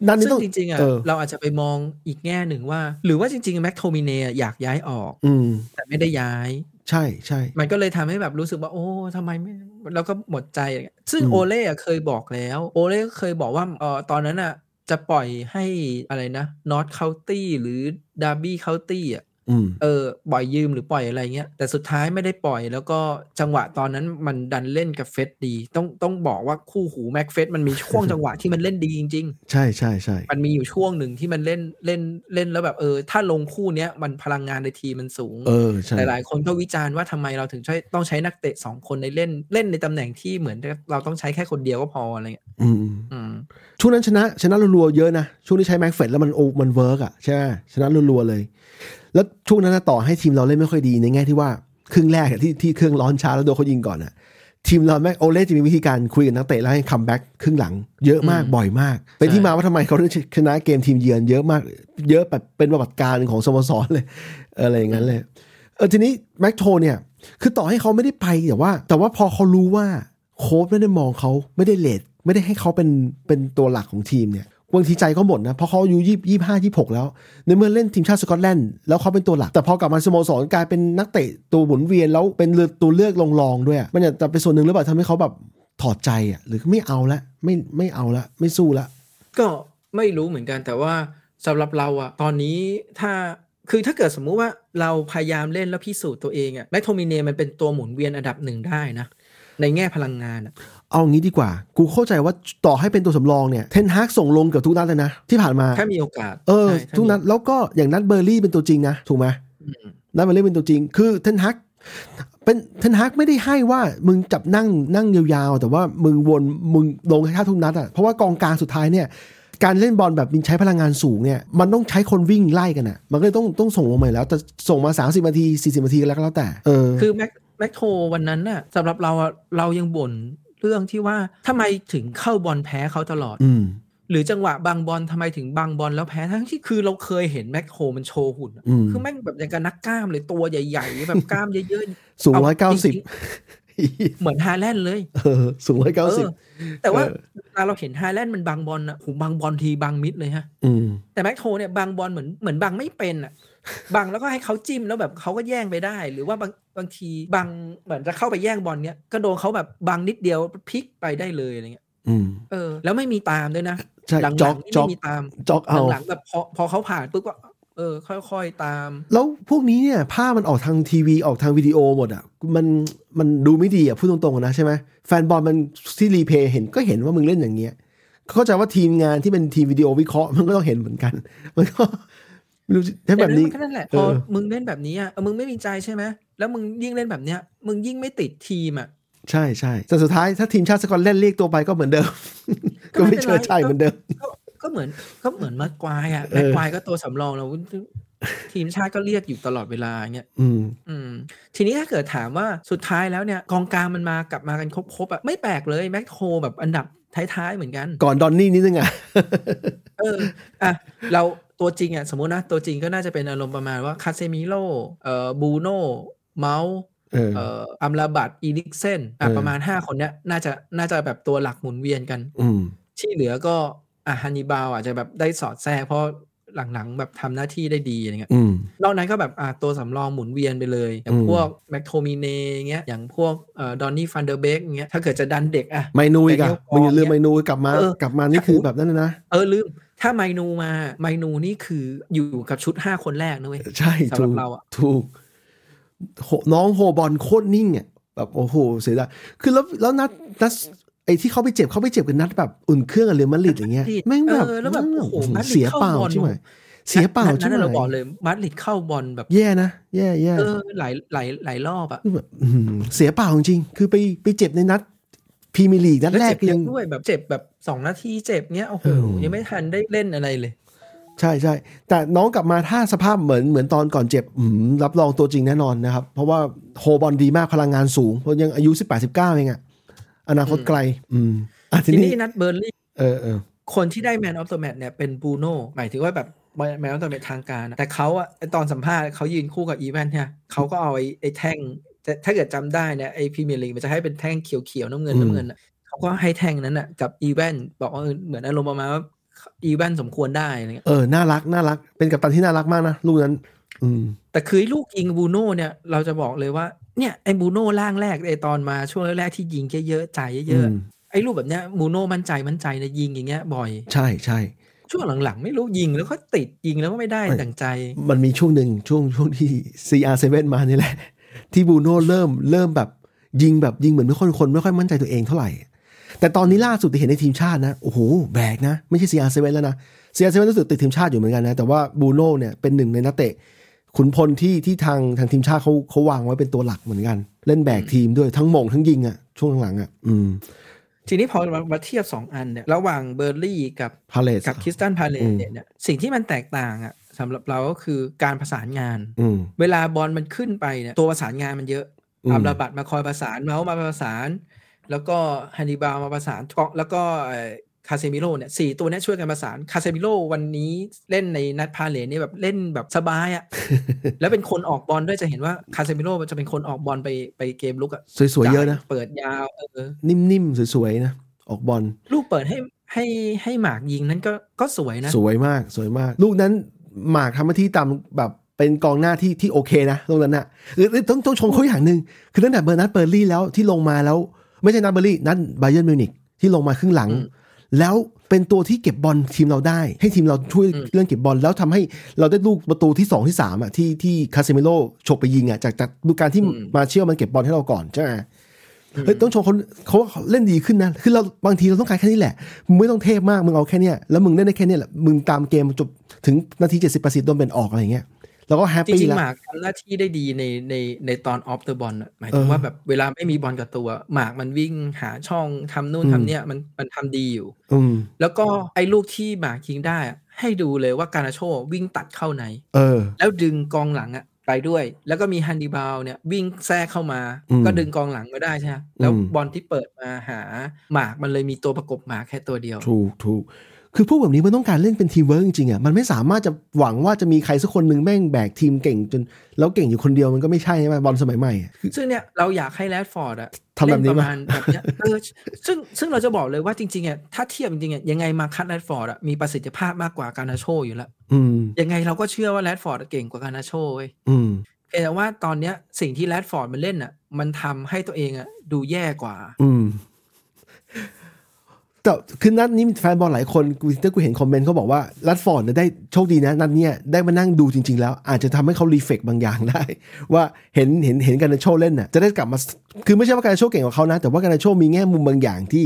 นั่นนี่
ซึ่ง
ต้อง
จริงๆอะ
เออ
เราอาจจะไปมองอีกแง่หนึ่งว่า หรือว่าจริงๆแม็กโทมิเนอยากย้ายออก
อืม
แต่ไม่ได้ย้าย
ใช่ใช่
มันก็เลยทำให้แบบรู้สึกว่า โอ้ทำไมไม่แล้วก็หมดใจอะไรเงี้ยซึ่ง
อืม
โอเล่อะเคยบอกแล้ว โอเล่ก็เคยบอกว่าเออตอนนั้นอะจะปล่อยให้อะไรนะนอตเคาน์ตี้หรือดาร์บี้เคาน์ตี้อะ
อืม
เออปล่อยยืมหรือปล่อยอะไรเงี้ยแต่สุดท้ายไม่ได้ปล่อย แล้วก็จังหวะตอนนั้นมันดันเล่นกับเฟสดี ต้องต้องบอกว่าคู่หูแม็กเฟสมันมีช่วง จังหวะที่มันเล่นดีจริง
ใช่ใช่ใช่
ๆ มันมีอยู่ช่วงหนึ่งที่มันเล่นเล่นเล่นแล้วแบบเออ ถ้าลงคู่เนี้ยมันพลังงานในทีมมันสูง
เออใช่
หลายๆคนก็วิจารณ์ว่าทำไมเราถึงใช้ต้องใช้นักเตะสองคนในเล่นเล่นในตำแหน่งที่เหมือนเราต้องใช้แค่คนเดียวก็พออะไรเงี้ย
อืม
อืม
ช่วงนั้นชนะชนะรัวๆเยอะนะ ช่วงที่ใช้แม็กเฟดแล้วมันโอมันเวิร์กอ่ะใช่ไหมชนะรัวๆเลย แล้วช่วงนั้นนะต่อให้ทีมเราเล่นไม่ค่อยดีในแง่ที่ว่าครึ่งแรกอะที่ที่เครื่องร้อนช้าแล้วโดนเขายิงก่อนอ่ะทีมเราแม็กโอเล่จะมีวิธีการคุยกับนักเตะแล้วให้คัมแบ็กครึ่งหลังเยอะมาก
อืม
บ่อยมาก เป็น
ใช่
ที่มาว่าทำไมเขาถึงชนะเกมทีมเยือนเยอะมาก เยอะแบบเป็นประวัติการณ์ของสโมสรเลย เอออะไรอย่างนั้นเลยเออทีนี้แม็กโทเนี่ย คือต่อให้เขาไม่ได้ไปแต่ว่า แต่ว่าพอเขารู้ว่าโค้ชไม่ได้มองเขาไม่ได้เลดไม่ได้ให้เขาเป็นเป็นตัวหลักของทีมเนี่ยบางทีใจก็หมดนะ เพราะเขาอายุยี่ยี่ห้ายี่หกแล้ว ในเมื่อเล่นทีมชาติสกอตแลนด์แล้วเขาเป็นตัวหลัก แต่พอกลับมาสโมสรกลายเป็นนักเตะตัวหมุนเวียนแล้วเป็นเลือกตัวเลือกรองๆด้วยอะมันอาจจะเป็นส่วนหนึ่งหรือเปล่าทำให้เขาแบบถอดใจอ่ะหรือไม่เอาละไม่ไม่เอาละไม่สู้ละ
ก็ไม่รู้เหมือนกันแต่ว่าสำหรับเราอะตอนนี้ถ้าคือถ้าเกิดสมมุติว่าเราพยายามเล่นแล้วพิสูจน์ตัวเองอะแมคโทมิเนมันเป็นตัวหมุนเวียนอันดับหนึ่งได้นะ ในแง่พลังงานอะ
เอางี้ดีกว่า กูเข้าใจว่าต่อให้เป็นตัวสำรองเนี่ยเทนฮากส่งลงเกือบทุกนัดเลยนะที่ผ่านมา
ถ้ามีโอกาส
เออ
ใช่ถ้ามี
ทุกนัดแล้วก็อย่างนัดเบอร์ลี่เป็นตัวจริงนะ ถูกไหม
อืม
นัดเบอร์ลี่เป็นตัวจริง คือเทนฮักเป็นเทนฮักไม่ได้ให้ว่ามึงจับนั่งนั่งยาวๆ แต่ว่ามึงวนมึงลงให้ท่าทุกนัดอ่ะเพราะว่ากองกลางสุดท้ายเนี่ย การเล่นบอลแบบมีใช้พลังงานสูงเนี่ยมันต้องใช้คนวิ่งไล่กันอ่ะ มันก็เลยต้องต้องส่งลงมาอยู่แล้วแต่ส่งมา 30นาที 40นาทีแล้วก็แล้วแต่เออ
คือแมคแมคโทวันนั้นน่ะสำหรับเราอะเรายังบ่นเรื่องที่ว่าทำไมถึงเข้าบอลแพ้เขาตลอด
อืม
หรือจังหวะบางบอลทำไมถึงบางบอลแล้วแพ้ทั้งที่คือเราเคยเห็นแมคโทมันโชว์หุ่นอะ
อืม
คือแม่งแบบอย่างกับนักกล้ามเลยตัวใหญ่ๆแบบกล้ามเยอะๆ
สูง
เ
ร้อยเก้าสิบ
จง เหมือนฮาแลนด์เลย
เออสูงร้อยเก้าสิบ
เออแต่ว่า
เออ
เวลาเราเห็นฮาแลนด์มันบางบอลอะโหบางบอลทีบางมิดเลยฮะ
อืม
แต่แม็กโทเนี่ยบางบอลเหมือนเหมือนบางไม่เป็นอ่ะ บางแล้วก็ให้เขาจิ้มแล้วแบบเขาก็แย่งไปได้ หรือว่าบางบางทีบางเหมือนจะเข้าไปแย่งบอลเนี้ยก็โดนเขาแบบบางนิดเดียวพลิกไปได้เลยอะไรเงี้ย
อืม
เออแล้วไม่มีตามด้วยนะ
ใช่
หลัง
จ็อ
ๆ
ก
นี่
จ็อก
ไม่มีตาม
จ็อกเอา
หลังๆแบบพอพอเขาผ่านปุ๊บก็เออ ค่อยๆตาม
แล้วพวกนี้เนี่ยภาพมันออกทางทีวีออกทางวิดีโอหมดอ่ะมันมันดูไม่ดีอ่ะพูดตรงๆนะใช่ไหมแฟนบอลมันที่รีเพย์เห็นก็เห็นว่ามึงเล่นอย่างเงี้ยเข้าใจว่าทีมงานที่เป็นทีมวิดีโอวิเคราะห์มันก็ต้องเห็นเหมือน กัน มันก็ไม่รู้ใช่แบบนี้
ต่ก็นั่นแหละ
เอ
พ
อ
อมึงเล่นแบบนี้อ่ะเออมึงไม่มีใจใช่ไหมแล้วมึงยิ่งเล่นแบบเนี้ยมึงยิ่งไม่ติดทีมอ่ะ
ใช่ใช่แต่สุดท้ายถ้าทีมชาติสกอตแลนด์เรียกตัวไปก็เหมือนเดิม ก็ไม่
ป็น
เชิดชัยเหมือนเดิม
ก็ก็เหมือนก็เหมือนแม็กควายอ่ะ
เออ
แม็กควายก็ตัวสำรองแล้วทีมชาติก็เรียกอยู่ตลอดเวลาอย่างเงี้ย
อืม
อืมทีนี้ถ้าเกิดถามว่าสุดท้ายแล้วเนี่ยกองกลางมันมากลับมากันครบๆอะไม่แปลกเลยแม็กโทแบบอันดับท้ายๆเหมือนกัน
ก่อนดอนนี่นิดนึงอ่ะ
เอออ่ะเราตัวจริงอะสมมตินะตัวจริงก็น่าจะเป็นอารมณ์ประมาณว่าคาเซมิโลเอ่อบูโน่เมาส์
เออ
เอ่ออัมลาบัตอีลิกเซนอ่ะ
เออ
ประมาณ 5 คนเนี้ยน่าจะน่าจะแบบตัวหลักหมุนเวียนกัน
อืม
ที่เหลือก็อ่ะฮันนิบาลอาจจะแบบได้สอดแทรกเพราะหลังๆแบบทำหน้าที่ได้ดีอะไรเงี้ย
อืม
นอกนั้นก็แบบอ่าตัวสำรองหมุนเวียนไปเลย อย่า
อื
ง
ม
พวกแมคโทมิเนเงี้ยอย่างพวกเอ่อดอนนี่ฟันเดอร์เบกเงี้ยถ้าเกิดจะดันเด็กอ่ะ
ไมนูอีกอ่ะมึงอย่าลืมไมนูกลับมา
เออก
ลับมานี่
ถ้า
คือ
พูด
แบบนั้นเลยนะ
เออลืม ถ้าไมนูมาไมนูนี่คืออยู่กับชุด 5 คนแรกนะเว้ย
ใช่
สำห
ถู
รับ
ก
เราอะ
ถูกโหน้องโฮบอลโคตรนิ่งอ่ะแบบโอ้โหเสียดายคือแล้วแล้วนัดนัดไอ้ที่เขาไปเจ็บเขาไปเจ็บกันนัดแบบอุ่นเครื่องกับเรอัลมาดริดอย่างเงี้ยแม่งแบบ
เออแล้วแบบโอ้โหมาดริด
เสียเปล่า
เข้าบอล
ใช่ไหมเสียเปล่า
นั
ใช่
ด
ไหม
นั้นเราบอกเลยมาดริดเข้าบอลแบบ
แย่นะแย่แย่
เออหลายหลายหลายรอบอ่ะ
คือแบบอืมเสียเปล่าจริงๆคือไปไปเจ็บในนัดพรีเมียร์ลีกนัด
แล้ว
แรก
เจ็บเย
ยั
อะ
ง
ด้วยแบบเจ็บแบบ 2 นาทีเจ็บเงี้ยโอ้โห
เออ
ยังไม่ทันได้เล่นอะไรเลย
ใช่ใช่แต่น้องกลับมาถ้าสภาพเหมือนเหมือนตอนก่อนเจ็บอืมรับรองตัวจริงแน่นอนนะครับ เพราะว่าโฮบอลดีมากพลังงานสูง เพราะยังอายุ 18 19 เองอะอนาคตไกล อืมอ่ะที
ที
นี้
นี้นัดเบอร์ลี่
เออเออ
คนที่ได้แมนออฟเดอะแมตเนี่ยเป็นบูโน่หมายถึงว่าแบบแมนออฟเดอะแมตทางการอะแต่เขาอะไอ้ตอนสัมภาษณ์เขายืนคู่กับอีแวนเนี่ยเขาก็เอาไอ้ไอ้แท่งแต่ถ้าเกิดจำได้เนี่ยไอ้พรีเมียร์ลีกมันจะให้เป็นแท่งเขียวๆน้ำเงินน้ำเงินอะเขาก็ให้แท่งนั้นอะกับอีแวนบอกว่าเออเหมือนอารมณ์ประมาณว่าอีแวนสมควรได้อะไรเงี้ย
เออ น่ารัก น่ารัก เป็นกัปตันที่น่ารักมากนะลูกนั้น อืม
แต่คือไอ้ลูกยิงบูโน่เนี่ยเราจะบอกเลยว่าเนี่ยไอ้บูโน่ล่างแรกไอ้ตอนมาช่วงแรกๆที่ยิงเยอะๆจ่ายเย
อื
อะ
ม
ๆไอ้ลูกแบบเนี้ยบูโน่มั่นใจมั่นใจนะยิงอย่างเงี้ยบ่อย
ใช่ใช่
ช่วงหลังๆ ไม่รู้ยิงแล้วก็ติดยิงแล้วก็ไม่ได้
ไม่
ดั่งใจ
มันมีช่วงหนึ่งช่วงช่วงที่ CR7 มานี่แหละ ที่บูโน่เริ่มเริ่มแบบยิงแบบยิงเหมือนไม่ค่อยคนไม่ค่อยมั่นใจตัวเองเท่าไหร่ แต่ตอนนี้ล่าสุดที่เห็นในทีมชาตินะ โอ้โหแบกนะ ไม่ใช่ CR7 แล้วนะ CR7 รู้สึกติดทีมชาติอยู่เหมือนกันนะ แต่ว่าบูโน่เนี่ยเป็นหนึ่งในนักเตะ ขุนพลที่ที่ทางทางทีมชาติเขาเขาวางไว้เป็นตัวหลักเหมือนกัน เล่นแบกทีมด้วยทั้งหมงทั้งยิงอะช่วงหลังๆอะอืม
ทีนี้พอมามาเทียบ 2 อันเนี่ยระหว่างเบอร์ลี่กับ
พาเลส
กับคริสตันพาเล
อื
ต
ม
เนี่ยสิ่งที่มันแตกต่างอะสำหรับเราก็คือการประสานงาน
อืม
เวลาบอลมันขึ้นไปเนี่ยตัวประสานงานมันเยอะ
อืม
อัมราบัตมาคอยประสานเมาส์มาประสาน แล้วก็ฮันนิบาลมาประสานกองแล้วก็เอ่อคาเซมิโร่เนี่ยสี่ตัวเนี้ช่วยกันประสานคาเซมิโร่วันนี้เล่นในนัดพาเลตเนี่ยแบบเล่นแบบสบาย อะ แล้วเป็นคนออกบอลด้วยจะเห็นว่าคาเซมิโร่จะเป็นคนออกบอลไปไปเกมลุกอะ
สวยๆเยอะนะ
จ่าเปิดยาวเออ
นิ่มๆสวยๆนะออกบอล
ลูกเปิดให้ให้ให้หมากยิงนั้นก็ก็สวยนะ
สวยมากสวยมาก ลูกนั้นหมากทำหน้าที่ตามแบบเป็นกองหน้าที่ที่โอเคนะตรงนั้นน่ะเออต้องต้องชมเขาอย่างหนึ่งคือตั้งแต่เบอร์นัทเบอร์ลี่แล้วที่ลงมาแล้ว ไม่ใช่นัทเบอร์ลี่นัทไบเยร์นมิวนิกที่ลงมาครึ่งหลัง
อืม
แล้วเป็นตัวที่เก็บบอลทีมเราได้ ให้ทีมเราช่วย
อืม
เรื่องเก็บบอลแล้วทำให้เราได้ลูกประตูที่ 2 ที่ 3 อ่ะ ที่ที่คาเซมิโลฉกไปยิงอ่ะจากจากดูการที่มาเชียวมันเก็บบอลให้เราก่อนใช่ไหม
ม
เฮ้ยต้องชมเขาเขาเขาเล่นดีขึ้นนะ คือเราบางทีเราต้องการแค่นี้แหละ มึงไม่ต้องเทพมาก มึงเอาแค่เนี้ยแล้วมึงเล่นได้แค่เนี้ยแหละ มึงตามเกมจบถึงนาทีเจ็ดสิบแปดสิบโดนเป็นออกอะไรอย่างเงี้ย แล้วก็แฮป
จ
ปี้
ริง
ละ
ๆหมากทำหน้าที่ได้ดีในในในตอนออฟเดอะบอลหมายถึ
เองอ
ว่าแบบเวลาไม่มีบอลกับตัว หมากมันวิ่งหาช่องทำนู่น
อืม
ทำเนี่ยมันมันทำดีอยู่
อืม
แล้วก็ไอ้ลูกที่หมากยิงได้อะให้ดูเลยว่าการาโชวิ่งตัดเข้าใน
เออ
แล้วดึงกองหลังอะไปด้วย แล้วก็มีฮันดิบาลเนี่ยวิ่งแทรกเข้ามา
อืม
ก็ดึงกองหลังมาได้ใช่ไหมแล้ว
อืม
บอลที่เปิดมาหาหมากมันเลยมีตัวประกบหมากแค่ตัวเดียว
ถูกถูก คือพวกแบบนี้มันต้องการเล่นเป็นทีมเวิร์กจริงๆอ่ะมันไม่สามารถจะหวังว่าจะมีใครสักคนหนึ่งแม่งแบกทีมเก่งจนแล้วเก่งอยู่คนเดียวมันก็ไม่ใช่ใช่ไหมบอลสมัยใหม่อะคือ
ซึ่งเนี่ยเราอยากให้แรดฟอร์ดอะ
ทำแบบนี้
เล่นป
มา
ระมาณแบบเนี้ยเออซึ่งซึ่งเราจะบอกเลยว่าจริงๆอ่ะถ้าเทียบจริงๆอ่ะยังไงมาคัตแรดฟอร์ดอ่ะมีประสิทธิภาพมากกว่าการนาโชอยู่แล้ว
อืม
ยังไงเราก็เชื่อว่าแรดฟอร์ดเก่งกว่าการนาโชเว้ย
อืม
เพียงแต่ว่าตอนเนี้ยสิ่งที่แรดฟอร์ดมันเล่นอ่ะมันทำให้ตัวเองอ่ะดูแย่กว่า
อืม แต่คือนัดนี้แฟนบอลหลายคนกูถ้ากูเห็นคอมเมนต์เขาบอกว่าลัดฟอร์ดเนี่ยได้โชคดีนะ นัดเนี้ยได้มานั่งดูจริง ๆ แล้ว อาจจะทำให้เขารีเฟกบางอย่างได้ ว่าเห็นเห็นเห็นการนาโชเล่นน่ะจะได้กลับมา คือไม่ใช่ว่าการนาโชเก่งกว่าเขานะ แต่ว่าการนาโชมีแง่มุมบางอย่างที่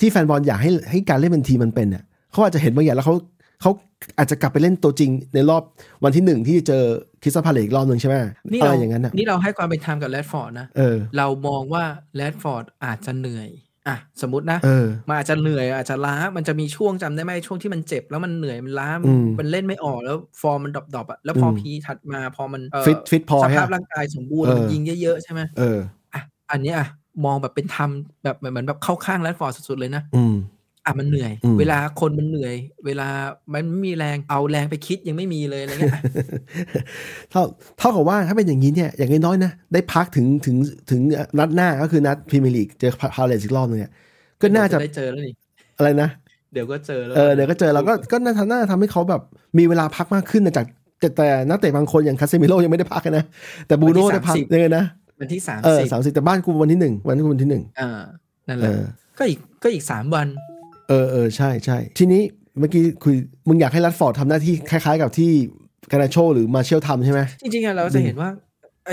ที่แฟนบอลอยากให้ให้การเล่นเป็นทีมมันเป็นน่ะเขาอาจจะเห็นบางอย่างแล้วเขาเขาอาจจะกลับไปเล่นตัวจริง ในรอบวันที่หนึ่งที่จะเจอคริสตัลพาเลซอีกรอบหนึ่งใช่ไหม
นี่
อะไร
เรา
อย่างนั้นน่ะ
นี่เราให้ความเป็นธรรมกับแรดฟอร์ดนะ
เออ
เรามองว่าแรดฟอร์ดอาจจะเหนื่อยอ่ะสมมตินะ
เออ
มันอาจจะเหนื่อยอาจจะล้ามันจะมีช่วงจำได้ไหมช่วงที่มันเจ็บแล้วมันเหนื่อยมันล้า
อืม
มันเล่นไม่ออกแล้วฟอร์มมันดรอปๆอ่ะแล้วพออ
ม
พีถัดมาพอมันเอ่อ
ฟิตฟิตพอ
ส
ใช่
ภาพ
ปะ
ร่างกายสมบูรณ์
เออ
มันยิงเยอะๆใช่ไหม
เออ
อ่ะอันเนี้ยอ่ะมองแบบเป็นธรรมแบบเหมือนแบบเข้าข้างแรดฟอร์ดสุดๆเลยนะ
อืม
อ่ะมันเหนื่อย
อืม
เวลาคนมันเหนื่อย เวลามันไม่มีแรงเอาแรงไปคิดยังไม่มีเลยอะไรเงี้ยอ่ะ
เท่าเท่ากับว่าถ้าเป็นอย่างนี้เนี่ยอย่างน้อยๆนะได้พักถึงถึงถึงนัดหน้าก็คือนัดพรีเมียร์ลีกเจอพาเลตอีกรอบนึงเนี่ยก็ น่าจะ
เดี๋ยวได้เจอแล้วนี่
อะไรนะ
เดี๋ยวก็เจอแล้ว
เออเดี๋ยวก็เจอเราก็ก็น่าทำน่าทำให้เขาแบบมีเวลาพักมากขึ้นนะจากแต่แต่นักเตะบางคนอย่างคาเซมิโร่ยังไม่ได้พักนะ แต่บรูโน่ได้พักยังไงนะ
วันที่สาม
เออ
สิบ
สามสิบแต่บ้านกูวันที่หนึ่งวันที่กูวันที่หนึ่ง
อ่านั่นแห
เอ
ละ
อ
ก็อีกก็อีกสามวัน
เออเออใช่ใช่ทีนี้เมื่อกี้คุยมึงอยากให้รัดฟอร์ดทำหน้าที่คล้ายๆ กับที่การาโชหรือมาเชลทำใช่ไหม
จริงๆอ่ะเราจะเห็นว่าไอ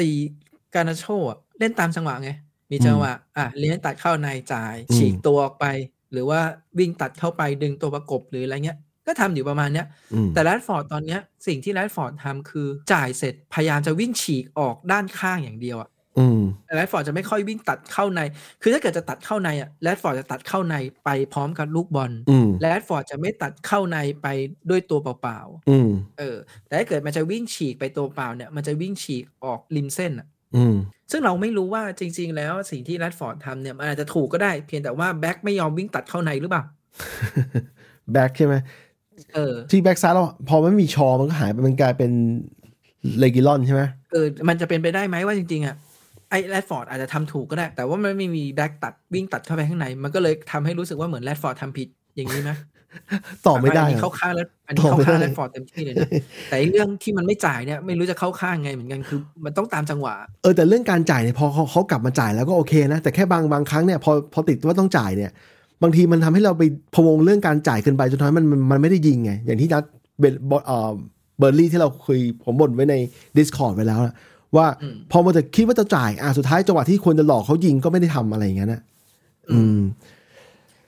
การนาโชอ่ะเล่นตามจังหวะไงมีจังหวะอ่ะเลี้ยงตัดเข้าในจ่าย
อืม
ฉีกตัวออกไป หรือว่าวิ่งตัดเข้าไปดึงตัวประกบหรืออะไรเงี้ย ก็ทำอยู่ประมาณเนี้ย
อืม
แต่แรดฟอร์ดตอนเนี้ยสิ่งที่แรดฟอร์ดทำคือจ่ายเสร็จพยายามจะวิ่งฉีกออกด้านข้างอย่างเดียวอะ
อืม
แต่แรดฟอร์ดจะไม่ค่อยวิ่งตัดเข้าใน คือถ้าเกิดจะตัดเข้าในอะแรดฟอร์ดจะตัดเข้าในไปพร้อมกับลูกบอล
อืม
แรดฟอร์ดจะไม่ตัดเข้าในไปด้วยตัวเปล่า
อืม
ๆเออแต่ถ้าเกิดมันจะวิ่งฉีกไปตัวเปล่าเนี่ยมันจะวิ่งฉีกออกริมเส้นอะ
อืม
ซึ่งเราไม่รู้ว่าจริง ๆ แล้วสิ่งที่แรดฟอร์ดทำเนี่ยมันอาจจะถูกก็ได้เพียงแต่ว่าแบ็กไม่ยอมวิ่งตัดเข้าในหรือเปล่า
แบ็คใช่ไหม
เออ
ที่แบ็คซ้ายเราพอไม่มีชอมันก็หายไปมันกลายเป็นเลกิลอนใช่ไหม
เออ มันจะเป็นไปได้ไหมว่าจริงๆอ่ะไอ้แรดฟอร์ดอาจจะทำถูกก็ได้ แต่ว่ามันไม่มีแบ็กตัดวิ่งตัดเข้าไปข้างใน มันก็เลยทำให้รู้สึกว่าเหมือนแรดฟอร์ดทำผิดอย่างนี้ไหม
ตอบไม่ได้
อันนี้
อะ
เข้าข้างแรดอัน
ต
นี้
อบไม่ได้
เข้าข้างแรดฟอร์ดเต็มที่เลยนะ แต่ไอ้เรื่อง ที่มันไม่จ่ายเนี่ยไม่รู้จะเข้าข้างไงเหมือนกันคือ มันต้องตามจังหวะ
เออแต่เรื่องการจ่ายเนี่ยพอเขาเขากลับมาจ่ายแล้วก็โอเคนะ แต่แค่บางบางครั้งเนี่ยพอพอติดว่าต้องจ่ายเนี่ย บางทีมันทำให้เราไปพะวงเรื่องการจ่ายเกินไปจนทำให้มันมันมันไม่ได้ยิงไง อย่างที่นัดเบลบอเอ่อเบอร์ลี่ที่เราคุยผมบ่นไว้ใน Discord ไว้แล้วนะว่า
อืม
พอมันจะคิดว่าจะจ่ายอ่ะสุดท้ายจังหวะที่ควรจะหลอกเขายิงก็ไม่ได้ทำอะไรอย่างนั้นนะอืม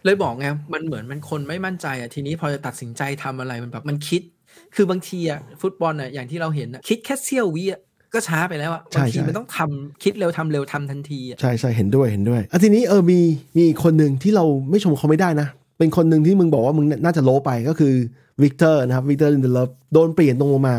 เลยบอกไงมันเหมือนมันคนไม่มั่นใจอ่ะทีนี้พอจะตัดสินใจทำอะไรมันแบบมันคิด คือบางทีอ่ะฟุตบอลอ่ะอย่างที่เราเห็นอ่ะคิดแค่เสี้ยววิอ่ะก็ช้าไปแล้วอ่ะ
ใช่
บางที
ใช่
มันต้องทำคิดเร็วทำเร็วทำทันทีอ่ะ
ใช่ใช่เห็นด้วยเห็นด้วยอ่ะทีนี้เออมีมีอีกคนหนึ่งที่เราไม่ชมเขาไม่ได้นะ เป็นคนหนึ่งที่มึงบอกว่ามึงน่าจะโลไปก็คือวิกเตอร์นะครับวิกเตอร์ลินเดเลฟโดนเปลี่ยนตรงลงมา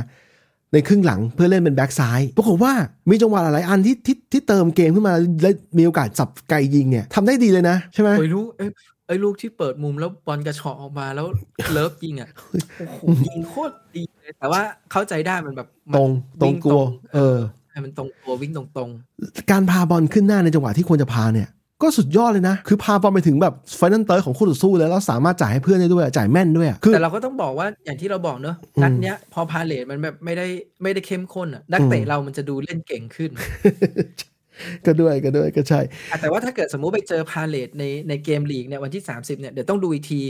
ในครึ่งหลังเพื่อเล่นเป็นแบ็กซ้ายปรากฏว่ามีจังหวะหลายๆอันที่ที่ที่เติมเกมขึ้นมาและมีโอกาสสับไกลยิงเนี่ยทำได้ดีเลยนะใช่ไหม
โอ้ยลูกเอ้ยเอ้ยลูกที่เปิดมุมแล้วบอลกระเฉาะออกมาแล้วเลิฟยิง อ่ะ โอ้โหยิงโคตรดีเลยแต่ว่าเข้าใจได้มันแบบมัน
ตรงตรง
วิ่
กลัวเออ
ให้มันตรงตัววิ่งตรง
การพาบอลขึ้นหน้าในจังหวะที่ควรจะพาเนี่ย ก็สุดยอดเลยนะ คือพาบอลไปถึงแบบไฟนอลเตอร์ของคู่ต่อสู้แล้วแล้วสามารถจ่ายให้เพื่อนได้ด้วยจ่ายแม่นด้วยอะ
ๆ
คือ
แต่เราก็ต้องบอกว่าอย่างที่เราบอกเนอะ
อืม
นัดเนี้ยพอพาเลทมันแบบไม่ได้ไม่ได้เข้มข้นอ่ะนักเตะ
อืม
เรามันจะดูเล่นเก่งขึ้น
ก็ด้วยก็ด้วยก็ใช่
อ่ะแต่ว่าถ้าเกิดสมมุติไปเจอพาเลทในในเกมลีกเนี่ยวันที่ 30เนี่ยเดี๋ยวต้องดูอีกที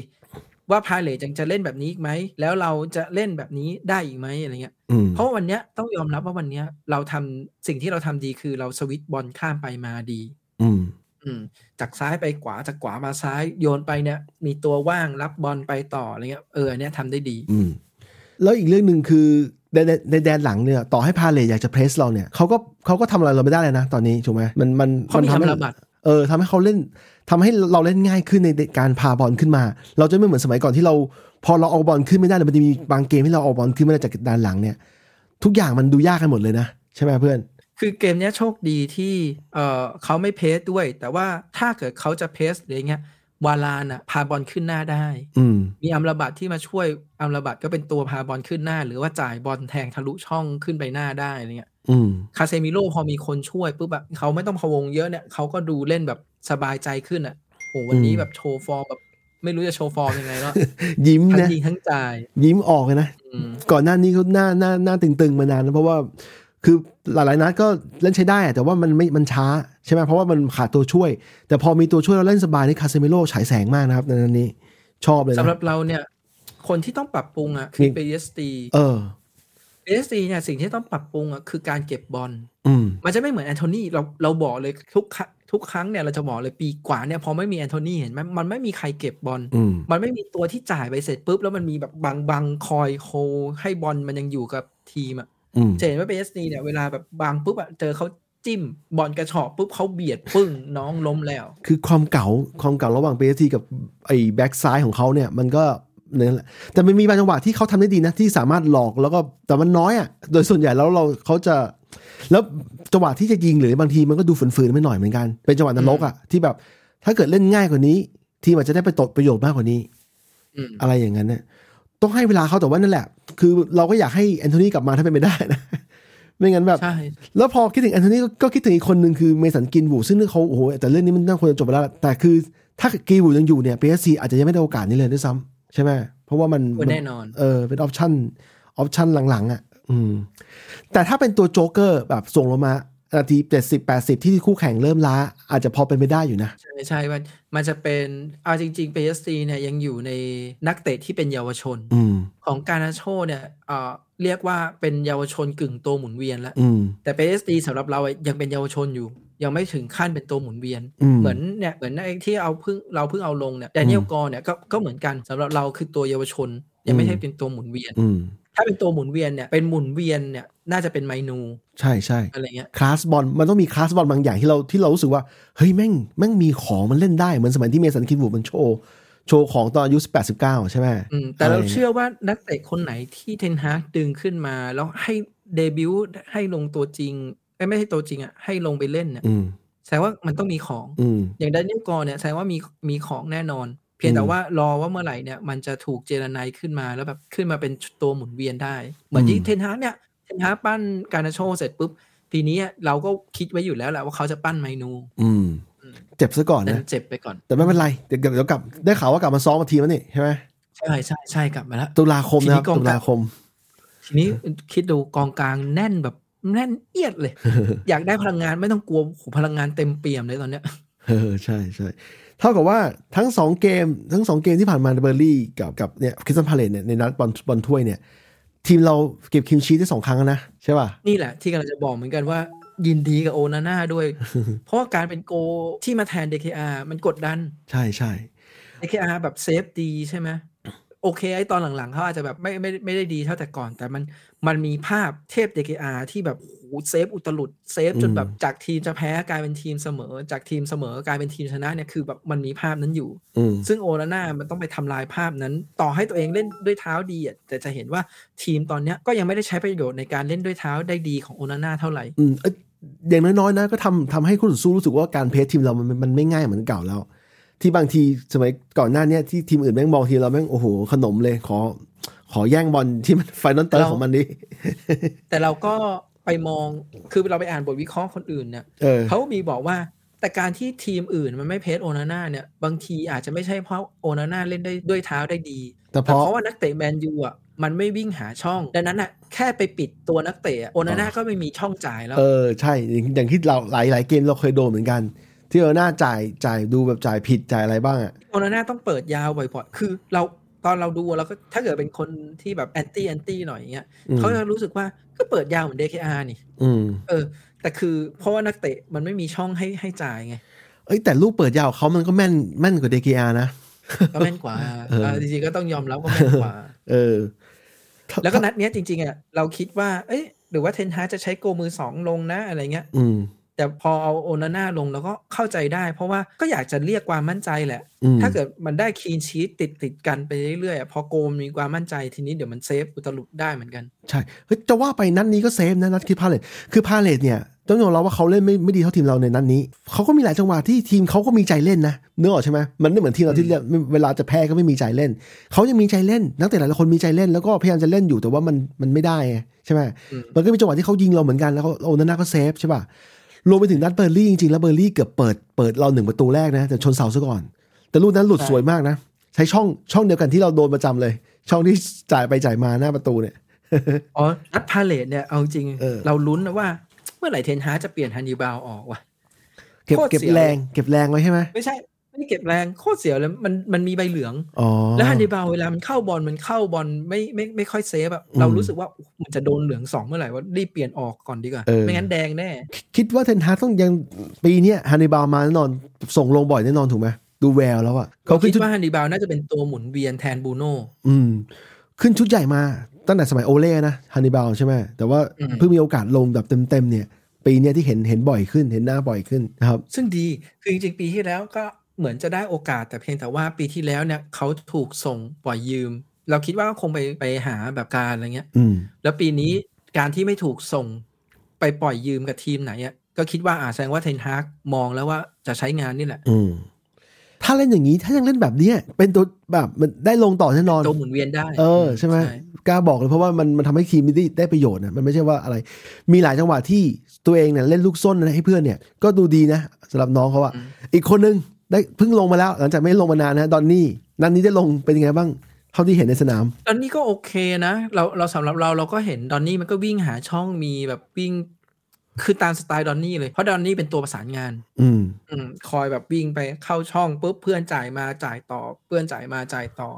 ว่าพาเลทยังจะเล่นแบบนี้อีกไหมแล้วเราจะเล่นแบบนี้ได้อีกไหมอะไรเงี้ย
อืม
เพราะว่าวันเนี้ยต้องยอมรับว่าวันเนี้ยเราทำสิ่งที่เราทำดีคือเราสวิตช์บอลข้ามไปมาดี
อืม
อืมจากซ้ายไปขวาจากขวามาซ้ายโยนไปเนี่ยมีตัวว่างรับบอลไปต่ออะไรเงี้ยเอออันเนี้ยทำได้ดี
อืมแล้วอีกเรื่องหนึ่งคือในในในแดนหลังเนี่ยต่อให้พาเลทอยากจะเพรสเราเนี่ยเขาก็เขาก็ทำอะไรเราไม่ได้เลยนะตอนนี้ถูกไหมมันมัน
เขา
น
มี
ทำให้
ทำระบัด
เออทำให้เขาเล่นทำให้เราเล่นง่ายขึ้นในการพาบอลขึ้นมา เราจะไม่เหมือนสมัยก่อนที่เรา พอเราเอาบอลขึ้นไม่ได้เลยมันจะมีบางเกมที่เราเอาบอลขึ้นไม่ได้จากแดนหลังเนี่ย ทุกอย่างมันดูยากกันหมดเลยนะ ใช่ไหมเพื่อน
คือเกมเนี้ยโชคดีที่เออเขาไม่เพสด้วย แต่ว่าถ้าเกิดเขาจะเพสอะไรเงี้ย วาลานอ่ะพาบอลขึ้นหน้าได้
อืม
มีอัมราบัตที่มาช่วยอัมราบัตก็เป็นตัวพาบอลขึ้นหน้า หรือว่าจ่ายบอลแทงทะลุช่องขึ้นไปหน้าได้อะไรเงี้ย
อืม
คาเซมิโร่พอมีคนช่วยปุ๊บแบบเขาไม่ต้องพะวงเยอะเนี่ยเขาก็ดูเล่นแบบสบายใจขึ้นอ่ะโหวันนี้
อืม
แบบโชว์ฟอร์มแบบไม่รู้จะโชว์ฟอร์มยังไง แล้ว
ยิ้ม
ทั้ง
นะ
ยิงทั้งจ่าย
ยิ้มออกเลยนะ
อืม
ก่อนหน้านี้เขาหน้าหน้าหน้าตึงๆมานานแล้วเพราะว่าคือหลายๆนัดก็เล่นใช้ได้อะแต่ว่ามันไม่มันช้าใช่ไหมเพราะว่ามันขาดตัวช่วย แต่พอมีตัวช่วยเราเล่นสบายนี่คาเซมิโร่ฉายแสงมากนะครับในนั้นนี้ ชอบเลย
สำหรั
นะ
บเราเนี่ย คนที่ต้องปรับปรุงอ่ะคือ
มี
เปเยสตี
เออ
เปเยสตีเนี่ยสิ่งที่ต้องปรับปรุงอ่ะคือการเก็บบอล
อืม
มันจะไม่เหมือนแอนโทนีเราเราบอกเลยทุกครั้งทุกครั้งเนี่ยเราจะบอกเลยปีกว่าเนี่ยพอไม่มีแอนโทนีเห็นไหมมันไม่มีใครเก็บบอล
อืม
มันไม่มีตัวที่จ่ายไปเสร็จปุ๊บ แล้วมันมีแบบบังบังคอยโคให้บอลมันยังอยู่กับทีมอะ
อืม
จะเห็นว่าเปเอสนีเนี่ยเวลาแบบบังปุ๊บอะเจอเขาจิ้มบอลกระชอกปุ๊บเขาเบียดปึ้ง น้องล้มแล้ว
คือความเก่าความเก่าระหว่างเปทีกับไอ้แบ็กซ้ายของเขาเนี่ย มันก็เนี่ยแหละแต่มันมีบางจังหวะที่เขาทำได้ดีนะที่สามารถหลอกแล้วก็แต่มันน้อยอะ่ะ โดยส่วนใหญ่แล้วเราเขาจะ แล้วจังหวะที่จะยิงหรือบางทีมันก็ดูฝืนๆไม่หน่อยเหมือนกัน เป็นจังหวะนรกอะ่ะที่แบบถ้าเกิดเล่นง่ายกว่านี้ ทีมอาจจะได้ไปตดประโยชน์มากกว่านี้
อืม
อะไรอย่างนั้นเนี่ยต้องให้เวลาเขาแต่ว่านั่นแหละ คือเราก็อยากให้แอนโทนีกลับมาถ้าเป็นไปได้นะ ไม่งั้นแบบ
ใช่
แล้วพอคิดถึงแอนโทนีก็ก็คิดถึงอีกคนหนึ่งคือเมสันกินวูซึ่งเรื่องเขาโอ้โหแต่เรื่องนี้มันน่าควรจะจบไปแล้วล่ะแต่คือถ้ากินวูยังอยู่เนี่ย PSC อาจจะยังไม่ได้โอกาสนี้เลยด้วยซ้ำใช่ไหมเพราะว่ามัน
โอ้ยแน่นอน
เออเป็นออปชั่นออปชั่นหลังๆ อ่ะ อืม แต่ถ้าเป็นตัวโจ๊กเกอร์แบบส่งลงมานาทีเจ็ดสิบแปดสิบที่คู่แข่งเริ่มล้า อาจจะพอเป็นไปได้อยู่นะ
ใช่ใช่มันมันจะเป็นเอาจริงๆเปเอสนีเนี่ยยังอยู่ในนักเตะที่เป็นเยาวชน
อืม
ของการนาโชเนี่ยเอ่อเรียกว่าเป็นเยาวชนกึ่งตัวหมุนเวียนแล้ว
อืม
แต่ PSD สำหรับเราอะยังเป็นเยาวชนอยู่ ยังไม่ถึงขั้นเป็นตัวหมุนเวียน
อืม
เหมือนเนี่ยเหมือนไอ้ที่เอาเพิ่งเราเพิ่งเอาลงเนี่ยแดเนียล
อืม
กอเนี่ยก็ก็เหมือนกันสำหรับเราคือตัวเยาวชน ยัง
อื
ไม่
ม
ใช่เป็นตัวหมุนเวียน
อืม
ถ้าเป็นตัวหมุนเวียนเนี่ยเป็นหมุนเวียนเนี่ยน่าจะเป็นไมนู
ใช่ใช่
อะไรเงี้ย
คลาสบอลมันต้องมีคลาสบอลบางอย่างที่เราที่เรารู้สึกว่าเฮ้ยแม่งแม่งมีของมันเล่นได้เหมือนสมัยที่เมสันคินวูมันโชว์โชว์ของตอนอายุสิบแปดสิบเก้าใช่ไหม
อืมแต่เรา
อะไรเงี้ย
เชื่อว่านักเตะคนไหนที่เทนฮากดึงขึ้นมา แล้วให้เดบิวต์ให้ลงตัวจริงเอ้ยไม่ใช่ตัวจริงอะให้ลงไปเล่นเนี่ย
อืม
แสดงว่ามันต้องมีของ
อืม
อย่างแดเนียลกอร์เนี่ยแสดงว่ามีมีของแน่นอน เพียง
อืม
แต่ว่ารอว่าเมื่อไหร่เนี่ยมันจะถูกเจรไนายขึ้นมาแล้วแบบขึ้นมาเป็นตัวหมุนเวียนได้ เหมือนที่
อืม
เทนฮาร์กเนี่ยเทนฮาร์กปั้นการนาโชเสร็จปุ๊บ ทีนี้เราก็คิดไว้อยู่แล้วแหละว่าเขาจะปั้นไมนู
อืม เจ็บซะก่อน
แต่
นะ
เจ็บไปก่อน
แต่ไม่เป็นไร เดี๋ยวเดี๋ยวกลับได้ข่าวว่ากลับมาซ้อมมาทีมแล้วนี่ใช่ไหม
ใช่ใช่ใช่กลับมาแล้ว
ตุลาคมนะครับ
ทีนี้กองกลาง
ตุลาคม
ทีนี้คิดดูกองกลางแน่นแบบแน่นเอียด เลย อยากได้พลังงานไม่ต้องกลัวโอ้โหพลังงานเต็มเปี่ยมเลยตอนเนี้ย
เออใช่ใช่เท่ากับว่าทั้งสองเกมทั้งสองเกมที่ผ่านมาเบอร์ลี่กับกับเนี่ยคิสซันพาเลตเนี่ยในนัดบอลบอลถ้วยเนี่ย ทีมเราเก็บคิมชีได้สองครั้งแล้วนะใช่ป่ะ
นี่แหละที่กำลังจะบอกเหมือนกันว่ายินดีกับโอนาน่า ด้วย เพราะว่าการเป็นโกที่มาแทน DKR มันกดดัน
ใช่ใช่
DKR แบบเซฟดีใช่ไหมโอเคไอตอนหลังๆเขาอาจจะแบบไม่ไม่ไม่ได้ดีเท่าแต่ก่อน แต่มันมันมีภาพเทพ DKR ที่แบบโอ้โหเซฟอุตลุดเซฟจน
อืม
แบบจากทีมจะแพ้กลายเป็นทีมเสมอ จากทีมเสมอกลายเป็นทีมชนะเนี่ยคือแบบมันมีภาพนั้นอยู่
อืม
ซึ่งโอนาน่ามันต้องไปทำลายภาพนั้น ต่อให้ตัวเองเล่นด้วยเท้าดีอ่ะแต่จะเห็นว่าทีมตอนเนี้ยก็ยังไม่ได้ใช้ประโยชน์ในการเล่นด้วยเท้าได้ดีของโอนาน่าเท่าไหร่
อืมเอ้ยอย่างน้อยๆนะก็ทำทำให้คู่ต่อสู้รู้สึกว่าการเพจทีมเรามันมันไม่ง่ายเหมือนเก่าแล้ว ที่บางทีสมัยก่อนหน้าเนี้ยที่ทีมอื่นแม่งมองทีเราแม่งโอ้โหขนมเลยขอ ขอแย่งบอลที่มันไฟนอลเตอร์
เรา
ของมันดิ
แต่เราก็ไปมองคือเราไปอ่านบทวิเคราะห์คนอื่นเนี่ย
เออ
เขามีบอกว่าแต่การที่ทีมอื่นมันไม่เพจโอนาน่าเนี่ยบางทีอาจจะไม่ใช่เพราะโอนาน่าเล่นได้ด้วยเท้าได้ดี
แต่เพ
แต่
ราะ
เพราะว่านักเตะแมนยูอ่ะมันไม่วิ่งหาช่องดังนั้นอ่ะแค่ไปปิดตัวนักเตะอะโอนาน่าก็ไม่มีช่องจ่ายแล้ว
เออใช่อย่างอย่างที่เราหลายหลายเกมเราเคยโดนเหมือนกัน ที่เราหน้าจ่ายจ่ายดูแบบจ่ายผิดจ่ายอะไรบ้างอ่ะ
โอนาน่าต้องเปิดยาวบ่อยๆ คือเราตอนเราดูเราก็ถ้าเกิดเป็นคนที่แบบแอนตี้แอนตี้หน่อยอย่างเงี้ย
อืม
เขาจะรู้สึกว่าก็เปิดยาวเหมือน DKR นี่
อืม
เออ แต่คือเพราะว่านักเตะมันไม่มีช่องให้ให้จ่ายไง
เอ้ยแต่ลูกเปิดยาวเขามันก็แม่นแม่นกว่าเดกีอานะ
ก็แม่นกว่า
เออ
เออจริงๆก็ต้องยอมรับว่าแม่นกว่า
เออ
แล้วก็นัดเนี้ยจริงๆอ่ะเราคิดว่า เอ้ยหรือว่าเทนฮาร์กจะใช้โกมือสองลงนะอะไรเงี้ย
อืม
แต่พอเอาโอนาน่าลงเราก็เข้าใจได้ เพราะว่าก็อยากจะเรียกความมั่นใจแหละ
อืม
ถ้าเกิดมันได้คีนชีตติดติดๆกันไปเรื่อยๆอะพอโกมมีความมั่นใจทีนี้เดี๋ยวมันเซฟอุตลุดได้เหมือนกัน
ใช่เฮ้ยจะว่าไปนัดนี้ก็เซฟนะนัดคิดพาเลตคือพาเลตเนี่ย ต้องยอมรับว่าเขาเล่นไม่ไม่ดีเท่าทีมเราในนั้นนี้ เขาก็มีหลายจังหวะที่ทีมเขาก็มีใจเล่นนะเนื้อออกใช่ไหมมันไม่เหมือนทีมเราที่เล่นเวลาจะแพ้ก็ไม่มีใจเล่น เขายังมีใจเล่น นักเตะหลายคนมีใจเล่นแล้วก็พยายามจะเล่นอยู่แต่ว่ามันมันไม่ได้ไงใช่ไหม
อืม
มันก็มีจังหวะที่เขายิงเราเหมือนกันแล้วเขาโอนาน่าก็เซฟใช่ป่ะรวมไปถึงนัดเบอร์ลี่จริงๆแล้วเบอร์ลี่เกือบเปิดเปิดเราหนึ่งประตูแรกนะแต่ชนเสาซะก่อน แต่ลูกนั้นหลุดสวยมากนะ ใช้ช่องช่องเดียวกันที่เราโดนประจำเลย ช่องที่จ่ายไปจ่ายมาหน้าประตูเนี่ย
อ๋อนัดพาเลตเนี่ยเอาจริง
เออ
เราลุ้นนะว่า เมื่อไหร่เทนฮาร์กจะเปลี่ยนฮันนิบาลออกวะ
เก็บ
โคตร
เก็บ
เสียว
แรงเก็บแรงไว้ใช่ไหม
ไม่ใช่ไม่ได้เก็บแรงโคตรเสียวเลยมันมันมีใบเหลือง
อ๋อ
แล้วฮันนิบาลเวลามันเข้าบอลมันเข้าบอลไม่ไม่ไม่ค่อยเซฟอะ
อืม
เรารู้สึกว่าอุ๊ยมันจะโดนเหลืองสองเมื่อไหร่ว่ารีบเปลี่ยนออกก่อนดีกว่า
เออ
ไม่งั้นแดงแน่
คิดว่าเทนฮาร์กต้องยังปีเนี้ยฮันนิบาลมาแน่นอนส่งลงบ่อยแน่นอนถูกไหมดูแววแล้วอะเขา
คิ
ขึ้น
ด
ชุด
ว่าฮันนิบาลน่าจะเป็นตัวหมุนเวียนแทนบูโน่
อืมขึ้นชุดใหญ่มาตั้งแต่สมัยโอเล่นะฮันนิบาลใช่ไหมแต่ว่า
อืม
เพิ่งมีโอกาสลงแบบเต็มๆเนี่ย ปีเนี้ยที่เห็นเห็นบ่อยขึ้นเห็นหน้าบ่อยขึ้นนะครับ
ซึ่งดีคือจริงๆ ปีที่แล้วก็เหมือนจะได้โอกาสแต่เพียงแต่ว่าปีที่แล้วเนี่ยเขาถูกส่งปล่อยยืม เราคิดว่าคงไปไปหาแบบการอะไรเงี้ย
อืม
แล้วปีนี้การที่ไม่ถูกส่งไปปล่อยยืมกับทีมไหนอะก็คิดว่าอาแสดงว่าเทนฮากมองแล้วว่าจะใช้งานนี่แหละ
อืม ถ้าเล่นอย่างนี้ถ้ายังเล่นแบบเนี้ยเป็นตัวแบบมันได้ลงต่อแน่นอน
ตัวหมุนเวียนได้
เออใช่ไหมกล้าบอกเลยเพราะว่ามันมันทำให้ทีมได้ได้ประโยชน์นะมันไม่ใช่ว่าอะไร มีหลายจังหวะที่ตัวเองเนี่ยเล่นลูกส้นนะให้เพื่อนเนี่ยก็ดูดีนะสำหรับน้องเขาอะ
อืม
อีกคนนึงได้เพิ่งลงมาแล้ว หลังจากไม่ลงมานานนะดอนนี่นัดนนี้ได้ลงเป็นยังไงบ้างเท่าที่เห็นในสนาม
ดอนนี่ก็โอเคนะ เราเราสำหรับเราเราก็เห็นดอนนี่มันก็วิ่งหาช่องมีแบบวิ่ง คือตามสไตล์ดอนนี่เลย เพราะดอนนี่เป็นตัวประสานงาน
อืม
อืมคอยแบบวิ่งไปเข้าช่องปุ๊บเพื่อนจ่ายมาจ่ายต่อ เพื่อนจ่ายมาจ่ายต่อ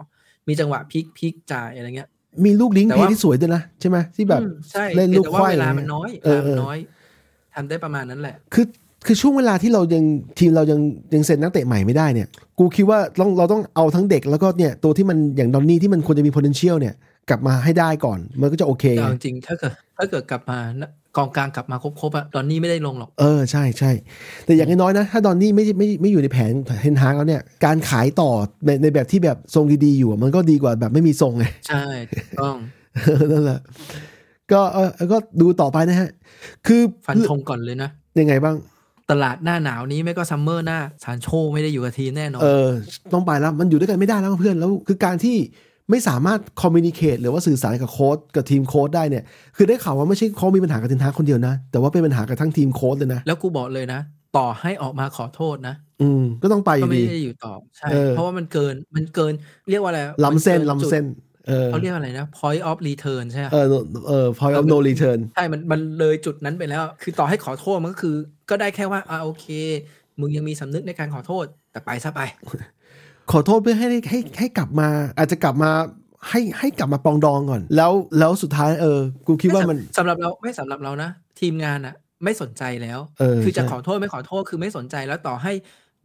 มีจังหวะพลิกพลิกจ่ายอะไรเงี้ย
มีลูกลิงก์
แต่
เพล
ว่า
ย์ที่สวยด้วยนะใช่ไหมที่แบบ
อืมใช่
เล่นลูก
แต่
ไขว้
ว่าเวลามันน้อย
เออ
เวลา
เอ
มั
อ
นน้อยทำได้ประมาณนั้นแหละ
คือคือช่วงเวลาที่เรายังทีมเรายังยังเซ็นนักเตะใหม่ไม่ได้เนี่ย กูคิดว่าต้องเราต้องเอาทั้งเด็กแล้วก็เนี่ยตัวที่มันอย่างดอนนี่ที่มันควรจะมี potential เนี่ยกลับมาให้ได้ก่อนมันก็จะโอเค
แต่
ไง
เอาจริงๆถ้าเกิดถ้าเกิดกลับมานะกองกลางกลับมาครบๆอะดอนนี่ไม่ได้ลงหรอก
เออใช่ใช่แต่อย่างน้อยๆนะ ถ้าดอนนี่ไม่ไม่ไม่อยู่ในแผนเทนฮากแล้วเนี่ย การขายต่อในในแบบที่แบบทรงดีๆอยู่อะมันก็ดีกว่าแบบไม่มีทรง ไง
ใช่ถูกต้อง
นั่นแหละก็เออก็ดูต่อไปนะฮะ คือ
ฟันธงก่อนเลยนะ
ยังไงบ้าง
ตลาดหน้าหนาวนี้ไม่ก็ซัมเมอร์หน้าซานโชไม่ได้อยู่กับทีมแน่นอน
เออต้องไปแล้วมันอยู่ด้วยกันไม่ได้แล้วเพื่อนแล้วคือการที่ไม่สามารถคอมมิวนิเคตหรือว่าสื่อสารกับโค้ดกับทีมโค้ดได้เนี่ย คือได้ข่าวว่าไม่ใช่เขามีปัญหากับเทนฮากคนเดียวนะ แต่ว่าเป็นปัญหากับทั้งทีมโค้ดเลยนะ
แล้วกูบอกเลยนะ ต่อให้ออกมาขอโทษนะ
อืมก็ต้องไปอ
ก็
ยู่
ไม่
ดี
ได้อยู่ต่อใช่
เออ
เพราะว่ามันเกินมันเกินเรียกว่าอะไร
ล้ำเส้น
มักิ
ล้ำเส้น เออ
จุดเขาเรียกอะไรนะ point of return ใช่ไหม
เออเออ point of no return
ใช่มันมันเลยจุดนั้นไปแล้ว คือต่อให้ขอโทษมันก็คือ ก็ได้แค่ว่าอ่าโอเค มึงยังมีสำนึกในการขอโทษ แต่ไปซะไป
ขอโทษเพื่อให้ให้ให้กลับมา อาจจะกลับมาให้ให้กลับมาปรองดองก่อน แล้วแล้วสุดท้ายเออ กูคิดว่ามัน
สำหรับเราไม่สำหรับเรานะ ทีมงานอะไม่สนใจแล้ว
เออ
คือจะ
ใช่
ขอโทษไม่ขอโทษคือไม่สนใจแล้วต่อให้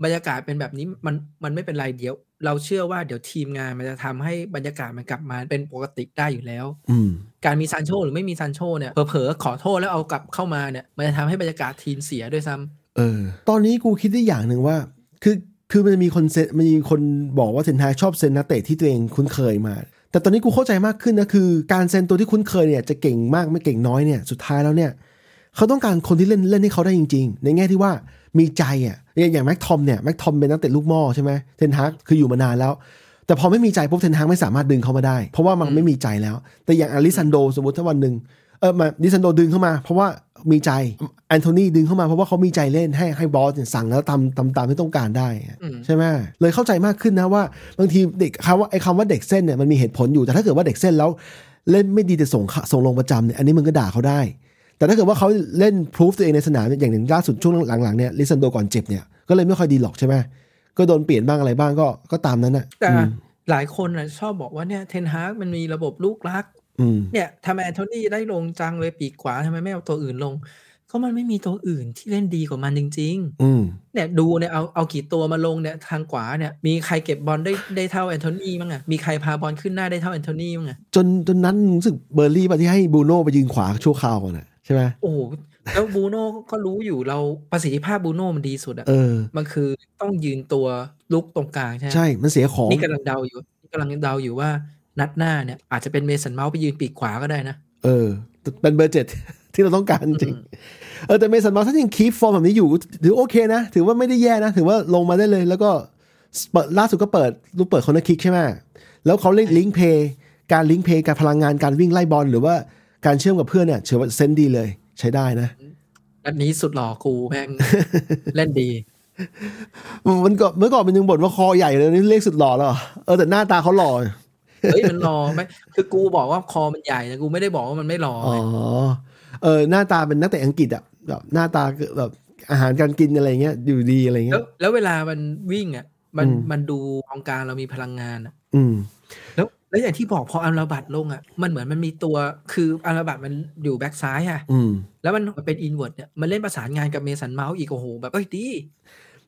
บรรยากาศเป็นแบบนี้มันมันไม่เป็นไรเดี๋ยว เราเชื่อว่าเดี๋ยวทีมงานมันจะทำให้บรรยากาศมันกลับมาเป็นปกติได้อยู่แล้ว
อืม
การมีซานโชหรือไม่มีซานโชเนี่ยเผลอๆขอโทษแล้วเอากลับเข้ามาเนี่ยมันจะทำให้บรรยากาศทีมเสียด้วยซ้ำ
เออ ตอนนี้กูคิดได้อย่างหนึ่งว่า คือคือมันจะมีคนเซ็นมันมีคนบอกว่าเซนทายชอบเซ็นนักเตะที่ตัวเองคุ้นเคยมา แต่ตอนนี้กูเข้าใจมากขึ้นนะคือ การเซ็นตัวที่คุ้นเคยเนี่ยจะเก่งมากไม่เก่งน้อยเนี่ยสุดท้ายแล้วเนี่ย เขาต้องการคนที่เล่นเล่นให้เขาได้จริง ๆ ในแง่ที่ว่ามีใจอ่ะอย่างอย่างแม็กทอมเนี่ยแม็กทอมเป็นนักเตะลูกหม่อใช่ไหมเทนฮากคืออยู่มานานแล้ว แต่พอไม่มีใจปุ๊บเทนฮากไม่สามารถดึงเขามาได้ เพราะว่ามันไม่มีใจแล้ว แต่อย่างอลิซันโดสมมติถ้าวันหนึ่งเออมาดิซันโดดึงเข้ามา เพราะว่ามีใจแอนโทนีดึงเข้ามาเพราะว่าเขามีใจเล่นให้ให้บอสเนี่ยสั่งแล้วทำทำตามที่ต้องการได้อะ
อืม
ใช่ไหมเลยเข้าใจมากขึ้นนะว่าบางทีเด็กคำว่าไอ้คำว่าเด็กเส้นเนี่ยมันมีเหตุผลอยู่แต่ถ้าเกิดว่าเด็กเส้นแล้วเล่นไม่ดีแต่ส่งเข้าส่งลงประจำเนี่ยอันนี้มึงก็ด่าเขาได้ แต่ถ้าเกิดว่าเขาเล่นพรูฟตัวเองในสนามเนี่ยอย่างล่าสุดช่วงหลังๆเนี่ยลิซันโดก่อนเจ็บเนี่ยก็เลยไม่ค่อยดีหรอกใช่ไหมก็โดนเปลี่ยนบ้างอะไรบ้างก็ก็ตามนั้นน่ะ
แต่
อืม
หลายคนนะชอบบอกว่าเนี่ยเทนฮากมันมีระบบลูกรัก
อืม
เนี่ยทำไมแอนโทนี่ได้ลงจังเลยปีกขวาทำไมไม่เอาตัวอื่นลง ก็มันไม่มีตัวอื่นที่เล่นดีกว่ามันจริง
อืม
ๆ เนี่ยดูเนี่ยเอาเอากี่ตัวมาลงเนี่ยทางขวาเนี่ยมีใครเก็บบอลได้ได้เท่าแอนโทนี่มั้งอะมีใครพาบอลขึ้นหน้าได้เท่าแอนโทนี่มั้งอะ
จนจนนั้นรู้สึกเบอร์ลี่ป่ะที่ให้บรูโน่ไปยืนขวาชั่วคราวก่อนน่ะใช่ไหม
โอ้โหแล้วบูโน่ก็รู้อยู่เราประสิทธิภาพบูโน่มันดีสุดอะ
เออ
มันคือต้องยืนตัวลุกตรงกลางใช่ไหม
ใช่มันเสียของ
นี่กำลังเดาอยู่นี่กำลังเดาอยู่ว่านัดหน้าเนี่ยอาจจะเป็นเมสันเมาส์ไปยืนปีกขวาก็ได้นะ
เออเป็นเบอร์เจ็ด ที่เราต้องการจริง
อืม
เออแต่เมสันเมาส์ถ้ายังคีฟฟอร์มแบบนี้อยู่ถือโอเคนะ ถือว่าไม่ได้แย่นะ ถือว่าลงมาได้เลย แล้วก็เปิดล่าสุดก็เปิดรูปเปิดคอนเนคิกใช่ไหมแล้วเขาเล่นลิงก์เพย์การลิงก์เพย์การพลังงานการวิ่งไล่บอลหรือว่าการเชื่อมกับเพื่อนเนี่ยเชื่อว่าเซนส์ดีเลยใช้ได้นะ
อันนี้สุดหล่อกูแม่ง เล่นดี
มันก็เมื่อก่อนมันยังบ่นว่าคอใหญ่เลยนี่เลขสุดหล่อแล้วเหรอเออแต่หน้าตาเขาหล่อ
เฮ้ยมันหล่อไหมคือกูบอกว่าคอมันใหญ่แต่กูไม่ได้บอกว่ามันไม่หล่อ
อ๋อเออหน้าตาเป็นนักเตะอังกฤษอะแบบหน้าตาแบบอาหารการกินอะไรเงี้ยอยู่ดีอะไร
แล้
เงี้
วย แล้วเวลามันวิ่งอ่ะ มัน
อืม
มันดูองการเรามีพลังงานอ่ะ
อืม
แล้วแล้วอย่างที่บอกพออัลราบัดลงอ่ะมันเหมือนมันมีตัวคืออัลราบัดมันอยู่แบ็กซ้ายอ่ะ
อืม
แล้วมันเป็นอินเวอร์เนี่ยมันเล่นประสานงานกับเมสันเมาส์อีกโอ้โหแบบเอ้ยดี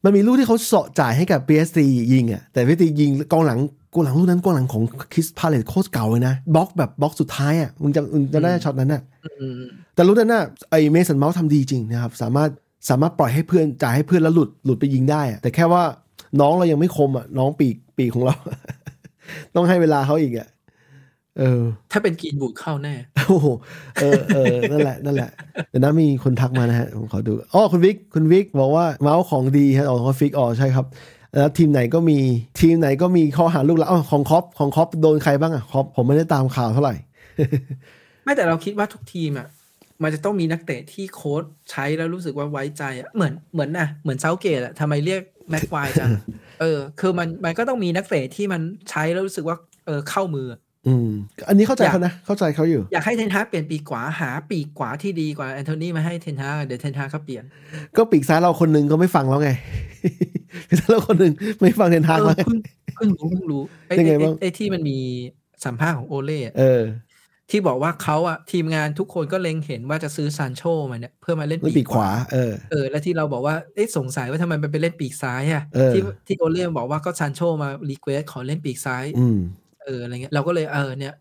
มันมีลูกที่เขาเสาะจ่ายให้กับ PSG ยิงอะแต่ PSG ยิงกองหลังกองหลังลูกนั้นกองหลังของคริสพาเลตโคตรเก่าเลยนะบล็อกแบบบล็อกสุดท้ายอะมึงจำมึงจะได้ช็อตนั้นอะ
อืม
แต่ลูกนั้นน่ะไอเมสันเมาส์ทำดีจริงนะครับ สามารถสามารถปล่อยให้เพื่อนจ่ายให้เพื่อนแล้วหลุดหลุดไปยิงได้อะแต่แค่ว่าน้องเรายังไม่คมอะน้องปีกปีกของเรา ต้องให้เวลาเขาอีกอะเออ
ถ้าเป็นกรีนบูดเข้าแน่
โอ้โหเออเออนั่นแหละ นั่นแหละ เดี๋ยวนะมีคนทักมานะฮะ ผมขอดู อ๋อ คุณวิก คุณวิกบอกว่าเมาส์ของดีฮะอ๋อของฟิก อ๋อ ใช่ครับ แล้วทีมไหนก็มี ทีมไหนก็มีข้อหาลูกหละอ๋อ ของคอป ของคอปโดนใครบ้างอ่ะคอป ผมไม่ได้ตามข่าวเท่าไหร่
ไม่แต่เราคิดว่าทุกทีมอ่ะมันจะต้องมีนักเตะที่โค้ชใช้แล้วรู้สึกว่าไว้ใจอ่ะเหมือนเหมือนน่ะเหมือนเซาเกตอ่ะทำไมเรียกแม็กควายจัง เออ คือมันมันก็ต้องมีนักเตะที่มันใช้แล้วรู้สึกว่าเออเข้ามือ
อืม อันนี้เข้าใจเขานะ เข้าใจเขาอยู่
อยากให้เทนฮากเปลี่ยนปีกขวาหาปีกขวาที่ดีกว่าแอนโทนีมาให้เทนฮากเดี๋ยวเทนฮากก็เปลี่ยน
ก็ปีกซ้ายเราคนหนึ่งก็ไม่ฟังแล้วไง ปีกซ้ายเราคนหนึ่งไม่ฟังเทน
เอ
ทาง
อ
แล้วไง
เพิ่งเพิ่งรู้เพิ่งรู้ไอ้
ยังไง
ไอ้
บ้าง
ไอ้ที่มันมีสัมภาษณ์ของโอเล่อะ
เออ
ที่บอกว่าเขาอะทีมงานทุกคนก็เล็งเห็นว่าจะซื้อซานโชมาเนี่ยเพื่อมาเล่น
เล่นปีกขวา เออ
เออและที่เราบอกว่าเอ๊ะสงสัยว่าทำไมมันไปเล่นปีกซ้ายอะ
เออ
ที่ที่โอเล่บอกว่าก็ซานโชมารีเควสขอเล่นปีกซ้าย
อืม
เอออะไรเงี้ยเราก็เลยเออเนี่ย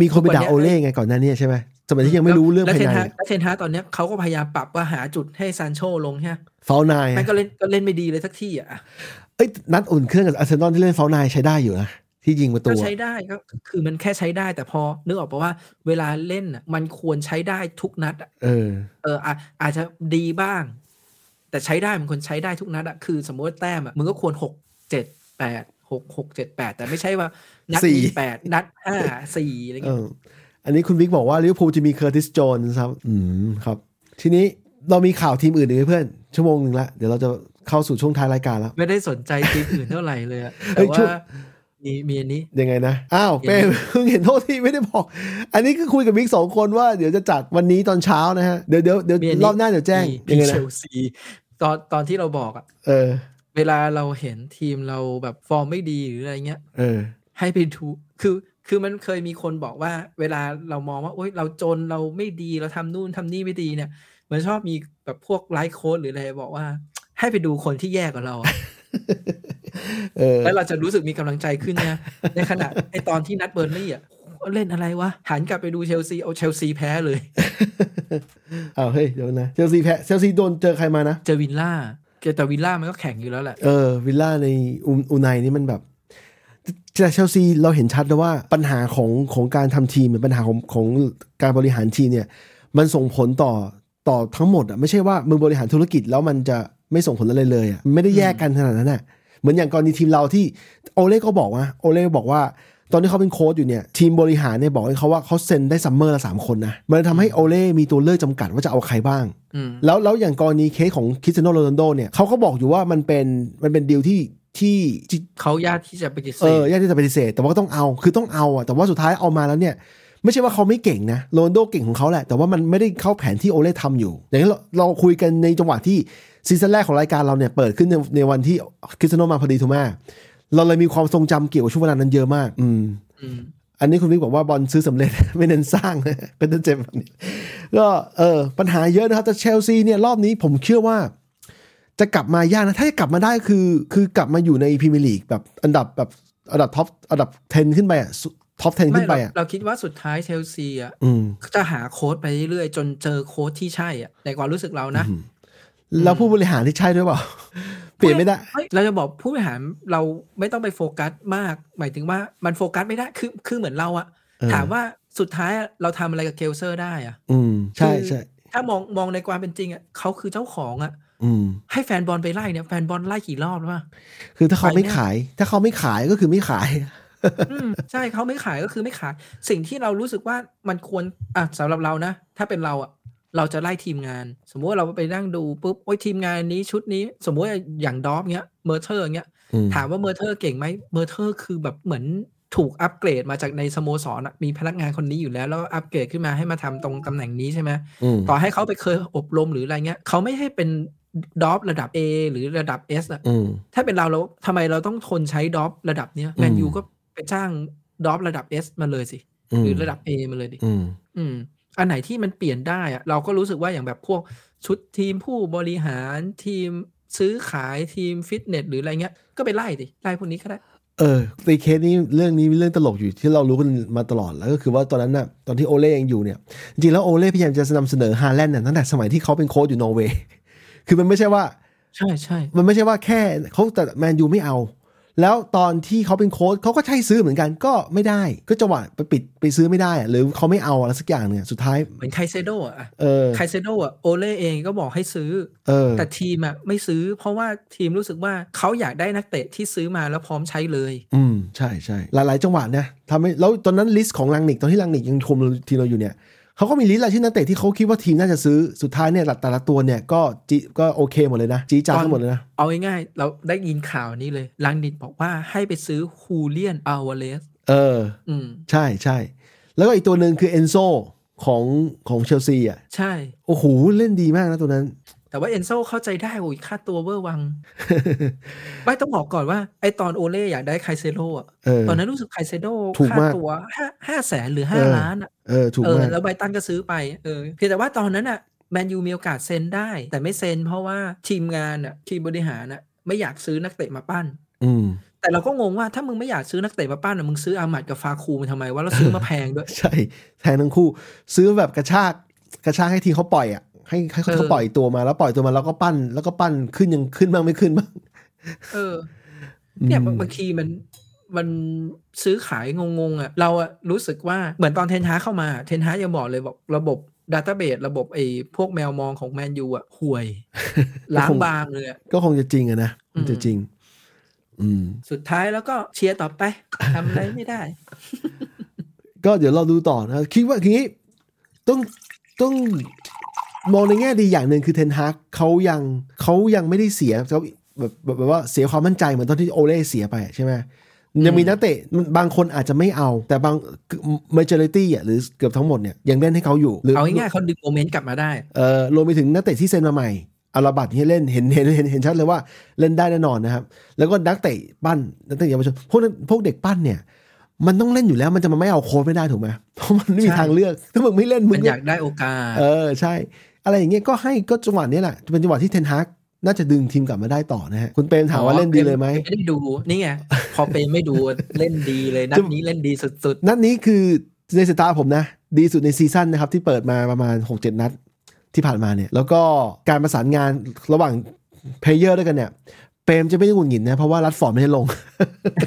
มีคนไปด่าโอเล่ไงก่อนหน้านี้ใช่ไหมสมัยที่ยังไม่รู้เรื่อง
แล้ว
ภาย
เทน
ใน
ฮาแล้วเทนฮาตอนเนี้ยเขาก็พยายามปรับว่าหาจุดให้ซานโชลงใช่ไหม
ฟาวนาย
แม่งก็เล่นก็เล่นไม่ดีเลยสักที่อะอะ
เอ้ยนัดอุ่นเครื่องกับอาร์เซนอลที่เล่นฟาวนายใช้ได้อยู่นะ ที่ยิงประตู
ก็
อะ
ใช้ได้ก็คือมันแค่ใช้ได้แต่พอนึกออกปะว่าเวลาเล่นอะมันควรใช้ได้ทุกนัดอะ
เออ
เอออาอาจจะดีบ้าง แต่ใช้ได้มันควรใช้ได้ทุกนัดอะคือสมมติว่าแต้มอะมึงก็ควรหกเจ็ดแปดหกหกเจ็ดแปดแต่ไม่ใช่ว่า นัด
สี่
มีแปดนัดห้าสี่อะไร
เอ
เงี้ย
อ อันนี้คุณวิกบอกว่าลิเวอร์พูลจะมีเคอร์ติสโจนส์ครับ อืมครับ ทีนี้เรามีข่าวทีมอื่นอีกไหมเพื่อน ชั่วโมงหนึ่งละเดี๋ยวเราจะเข้าสู่ช่วงท้ายรายการแล้ว
ไม่ได้สนใจทีมอื่นเท่าไหร่เลยอะ
เฮ้
แต่
ย
ว่า
ช่วง
มีมีอันนี้
ยังไงนะ อ้าวเป้ เพิ่งเห็นโทษที่ไม่ได้บอก อันนี้คือคุยกับมิกสองคนว่าเดี๋ยวจะจัดวันนี้ตอนเช้านะฮะ เดี๋ยวเดี๋ยวเดี๋ยว
มีอันนี้
รอบหน้าเดี๋ยวแจ้ง
มี
ยัง
มี
ไง
เช
นะ
ลซีตอนตอนที่เราบอกอะ
เออ
เวลาเราเห็นทีมเราแบบฟอร์มไม่ดีหรืออะไรเงี้ย
เออ
ให้ไปดูคือ คือมันเคยมีคนบอกว่า เวลาเรามองว่า โอ๊ย เราจน เราไม่ดี เราทำนู่นทำนี่ไม่ดีเนี่ย มันชอบมีแบบพวกไลฟ์โค้ดหรืออะไรบอกว่า ให้ไปดูคนที่แย่กว่าเราอะ
เออ
แล้วเราจะรู้สึกมีกำลังใจขึ้น นะ ในขณะไอตอนที่นัดเบิร์นลี่อ่ะ เล่นอะไรวะ หันกลับไปดูเชลซี เอาเชลซีแพ้เลย
อ้าวเฮ้ยเดี๋ยวนะ เชลซีแพ้ เชลซีโดนเจอใครมานะ
เจอวินล่าแต่วินล่ามันก็แข่งอยู่แล้วแหละ
เออวิลล่าในอุอุไนนี่มันแบบแต่เชลซีเราเห็นชัดแล้วว่าปัญหาของของการทำทีมเนี่ยปัญหาของของการบริหารทีมเนี่ย มันส่งผลต่อต่อทั้งหมดอ่ะไม่ใช่ว่ามึงบริหารธุรกิจแล้วมันจะไม่ส่งผลอะไรเลยอ่ะไม่ได้แยกกันขนาดนั้นอ่ะเหมือนอย่างกรณีทีมเราที่โอเล่ก็บอกว่าโอเล่บอกว่า ตอนที่เขาเป็นโค้ชอยู่เนี่ย ทีมบริหารเนี่ยบอกให้เขาว่าเขาเซ็นได้ซัมเมอร์ละสามคนนะมันทำให้โอเล่มีตัวเลือกจำกัดว่าจะเอาใครบ้าง
อืม
แล้วแล้วอย่างกรณีเคสของคริสเตียโนโรนัลโดเนี่ยเขาก็บอกอยู่ว่ามันเป็นมันเป็นดีลที่ที่ที่
เขาญาติที่จะปฏิเส
เอ
ธ
อยากที่จะปฏิเสธ แต่ว่าก็ต้องเอาคือต้องเอาอ่ะแต่ว่าสุดท้ายเอามาแล้วเนี่ย ไม่ใช่ว่าเขาไม่เก่งนะโรนัลโดเก่งของเขาแหละ แต่ว่ามันไม่ได้เข้าแผนที่โอเล่ทำอยู่ อย่างนี้นเราเราคุยกันในจังหวะที่ซีซั่นแรกของรายการเราเนี่ยเปิดขึ้นในในวันที่คริสเตียโนมาพอดีถูกไหมเราเลยมีความทรงจำเกี่ยวกับช่วงเวลานั้นเยอะมากอืม
อืม
อันนี้คุณวิกบอกว่าบอลซื้อสำเร็จ ไม่เน้นสร้างนะ ก็จะเจ็บแบบนี้ก็เออปัญหาเยอะนะครับแต่เชลซีเนี่ยรอบนี้ผมเชื่อว่า จะกลับมายากนะ ถ้าจะกลับมาได้คือ คือกลับมาอยู่ในพรีเมียร์ลีกแบบอันดับแบบอันดับท็อปอันดับ 10 ขึ้นไปอ่ะท็อป 10
ไม่
ขึ้น
เรา
ไปอ่ะ
เราคิดว่าสุดท้ายเชลซีอ่ะ
อืม
จะหาโค้ดไปเรื่อยๆ จนเจอโค้ดที่ใช่อะในความรู้สึกเรานะ
อืม แล้วผู้บริหารที่ใช่ด้วยเปล่า เปลี่ยนไม่ได้
เฮ้ยเราจะบอกผู้บริหารเราไม่ต้องไปโฟกัสมาก หมายถึงว่ามันโฟกัสไม่ได้ คือคือเหมือนเราอะ
เออ
ถามว่า สุดท้ายอะเราทำอะไรกับเคลเซอร์ได้อะ
อืม ใช่ใช่
ถ้ามองมองในความเป็นจริงอ่ะเขาคือเจ้าของอ่ะ
อืม
ให้แฟนบอลไปไล่เนี่ยแฟนบอลไล่กี่รอบแล้ววะ
คือถ้าเขาไม่
ไปแน่
ขาย ถ้าเขาไม่ขายก็คือไม่ขาย
อืมใช่เขาไม่ขายก็คือไม่ขาย สิ่งที่เรารู้สึกว่ามันควรอ่ะสำหรับเรานะ ถ้าเป็นเราอ่ะเราจะไล่ทีมงาน สมมุติว่าเราไปนั่งดูปุ๊บโอ้ยทีมงานนี้ชุดนี้ สมมุติว่าอย่างดอฟเงี้ยเมอร์เทอร์เงี้ย
อืม
ถามว่าเมอร์เทอร์เก่งไหมเมอร์เทอร์คือแบบเหมือนถูกอัปเกรดมาจากในสโมสรอะมีพนักงานคนนี้อยู่แล้วแล้วก็อัปเกรดขึ้นมาให้มาทำตรงตำแหน่งนี้ใช่ไหม
อืม
ต่อให้เขาไปเคยอบรมหรืออะไรเงี้ยเขาไม่ให้เป็นดอฟระดับ A หรือระดับ S อะ
อืม
ถ้าเป็นเราเราทำไมเราต้องทนใช้ดอฟระดับเนี้ย
อืม
แมนยูก็ไปจ้างดอฟระดับ S มาเลยสิ
อืม
หรือระดับ A มาเลยดิ
อืม
อืม อันไหนที่มันเปลี่ยนได้อะเราก็รู้สึกว่าอย่างแบบพวกชุดทีมผู้บริหารทีมซื้อขายทีมฟิตเนสหรืออะไรเงี้ยก็ไปไล่ดิไล่พวกนี้ก็ได้
เออในเคสนี้เรื่องนี้มีเรื่องตลกอยู่ที่เรารู้กันมาตลอดแล้วก็คือว่าตอนนั้นน่ะตอนที่โอเล่ยังอยู่เนี่ย จริงๆแล้วโอเล่พยายามจะนำเสนอฮาแลนด์น่ะตั้งแต่สมัยที่เขาเป็นโค้ชอยู่นอร์เวย์ คือมันไม่ใช่ว่า
ใช่ใช่
มันไม่ใช่ว่าแค่เขาแต่แมนยูไม่เอา แล้วตอนที่เขาเป็นโค้ชเขาก็ใช่ซื้อเหมือนกันก็ไม่ได้ ก็จังหวะไปปิดไปซื้อไม่ได้อะหรือเขาไม่เอาอะไรสักอย่างเนี่ยสุดท้าย
เหมือนไคเซโดอะ
เออ
ไคเซโดอะโอเล่เองก็บอกให้ซื้อ
เออ
แต่ทีมอะไม่ซื้อเพราะว่าทีมรู้สึกว่าเขาอยากได้นักเตะที่ซื้อมาแล้วพร้อมใช้เลย
อืมใช่ใช่หลายๆ จังหวะนะทำให้แล้วตอนนั้นลิสต์ของลังนิกตอนที่ลังนิกยังคุมทีมเราอยู่เนี่ยเขาก็มีลิสต์รายชื่อนักเตะที่เขาคิดว่าทีมน่าจะซื้อสุดท้ายเนี่ยแต่ละตัวเนี่ยก็จีก็โอเคหมดเลยนะจีจ้าทั้งหมดเลยนะ
เอาง่ายๆเราได้ยินข่าวนี้เลย ลังดินบอกว่าให้ไปซื้อฮูเลียนอาวาเลส
เออ
อืม
ใช่ใช่แล้วก็อีกตัวหนึ่งคือเอนโซของของเชลซีอ่ะ
ใช่
โอ้โหเล่นดีมากนะตัวนั้น
แต่ว่าเอนโซเข้าใจได้โอ้ยค่าตัวเวอร์วัง ไม่ต้องบอกก่อนว่า ไอตอนโอเล่อยากได้ไคเซโดอะ
เออ
ตอนนั้นรู้สึกไคเซโด
ถู
ค่าม
กาก
ตัวห้าห้าแสนหรือ
เอ
ห้า
อ
ล้านอะ
เออถูก
เออ
มาก
แล้วไบตันก็ซื้อไปเออเพียงแต่ว่าตอนนั้นอะแมนยูมีโอกาสเซ็นได้ แต่ไม่เซ็นเพราะว่าทีมงานอะทีมบริหารอะไม่อยากซื้อนักเตะมาปั้น
อืม
แต่เราก็งงว่าถ้ามึงไม่อยากซื้อนักเตะมาปั้นนะมึงซื้ออาหมัดกับฟาคูมาทำไมวะแล้วซื้อมาแพงด้วย
ใช่ แทงทั้งคู่ ซื้อแบบกระชากกระชากให้ทีมเขาปล่อยอ่ะให้ให้
เออ
เขาปล่อยตัวมาแล้วปล่อยตัวมาแล้วก็ปั้น แล้วก็ปั้นขึ้นยังขึ้นบ้างไม่ขึ้นบ้าง
เออ เนี่ย
อืม
บางทีมันมันซื้อขายงงๆอ่ะเราอะรู้สึกว่าเหมือนตอนเทนฮาร์กเข้ามาเทนฮาร์กยังบอกเลยบอกระบบดัตเตอร์เบสระบบไอ้พวกแมวมองของแมนยูอ่ะห่ วย ล้างบางเลยอะ
ก็คงจะจริงอะนะมันจะจริง อืม
สุดท้ายแล้วก็เชียร์ต่อไปทำอะไรไม่ได้
ก็เดี๋ยวเราดูต่อนะคิดว่าทีนี้ต้องต้องมองในแง่ดีอย่างหนึ่งคือเทนฮากเขายังเขายังไม่ได้เสียเขาแบบแบบแบบว่าเสียความมั่นใจเหมือนตอนที่โอเล่เสียไปอะใช่ไหมยังมีนักเตะมันบางคนอาจจะไม่เอา แต่บาง majority อ่ะหรือเกือบทั้งหมดเนี่ยยังเล่นให้เขาอยู่หรื
เอาง่ายๆเขาดึงโมเมนต์กลับมาได้
เอ่อรวมไปถึงนักเตะที่เซ็นมาใหม่อาราบัตที่เล่นเห็นเห็นเห็นเห็นชัดเลยว่าเล่นได้แน่นอนนะครับ แล้วก็นักเตะปั้นนักเตะเยาวชนพวกนั้นพวกเด็กปั้นเนี่ย มันต้องเล่นอยู่แล้วมันจะมาไม่เอาโค้ชไม่ได้ถูกไหม เพราะมันไม่มี
ใช่
ทางเลือก ถ้ามึงไม่เล่นมึ
มั
ง
น
ก็
อยากได้โอกาส
เออใช่ อะไรอย่างเงี้ยก็ให้ก็จังหวะนี้แหละจะเป็นจังหวะที่เทนฮากน่าจะดึงทีมกลับมาได้ต่อนะฮะคุณเปรมถามว่าเล่นดีเลยไหม
ไม่ได้ดูนี่ไงพอเปไม่ดูเล่นดีเลยนัดนี้เล่นดีสุด
นัดนี้คือในสายตาผมนะ ดีสุดในซีซั่นนะครับ ที่เปิดมาประมาณ 6-7 นัดที่ผ่านมาเนี่ย แล้วก็การประสานงานระหว่างเพลเยอร์ด้วยกันเนี่ยเปรมจะไม่ได้หงุดหงิดนะเพราะว่ารัดฟอร์มไม่ได้ลง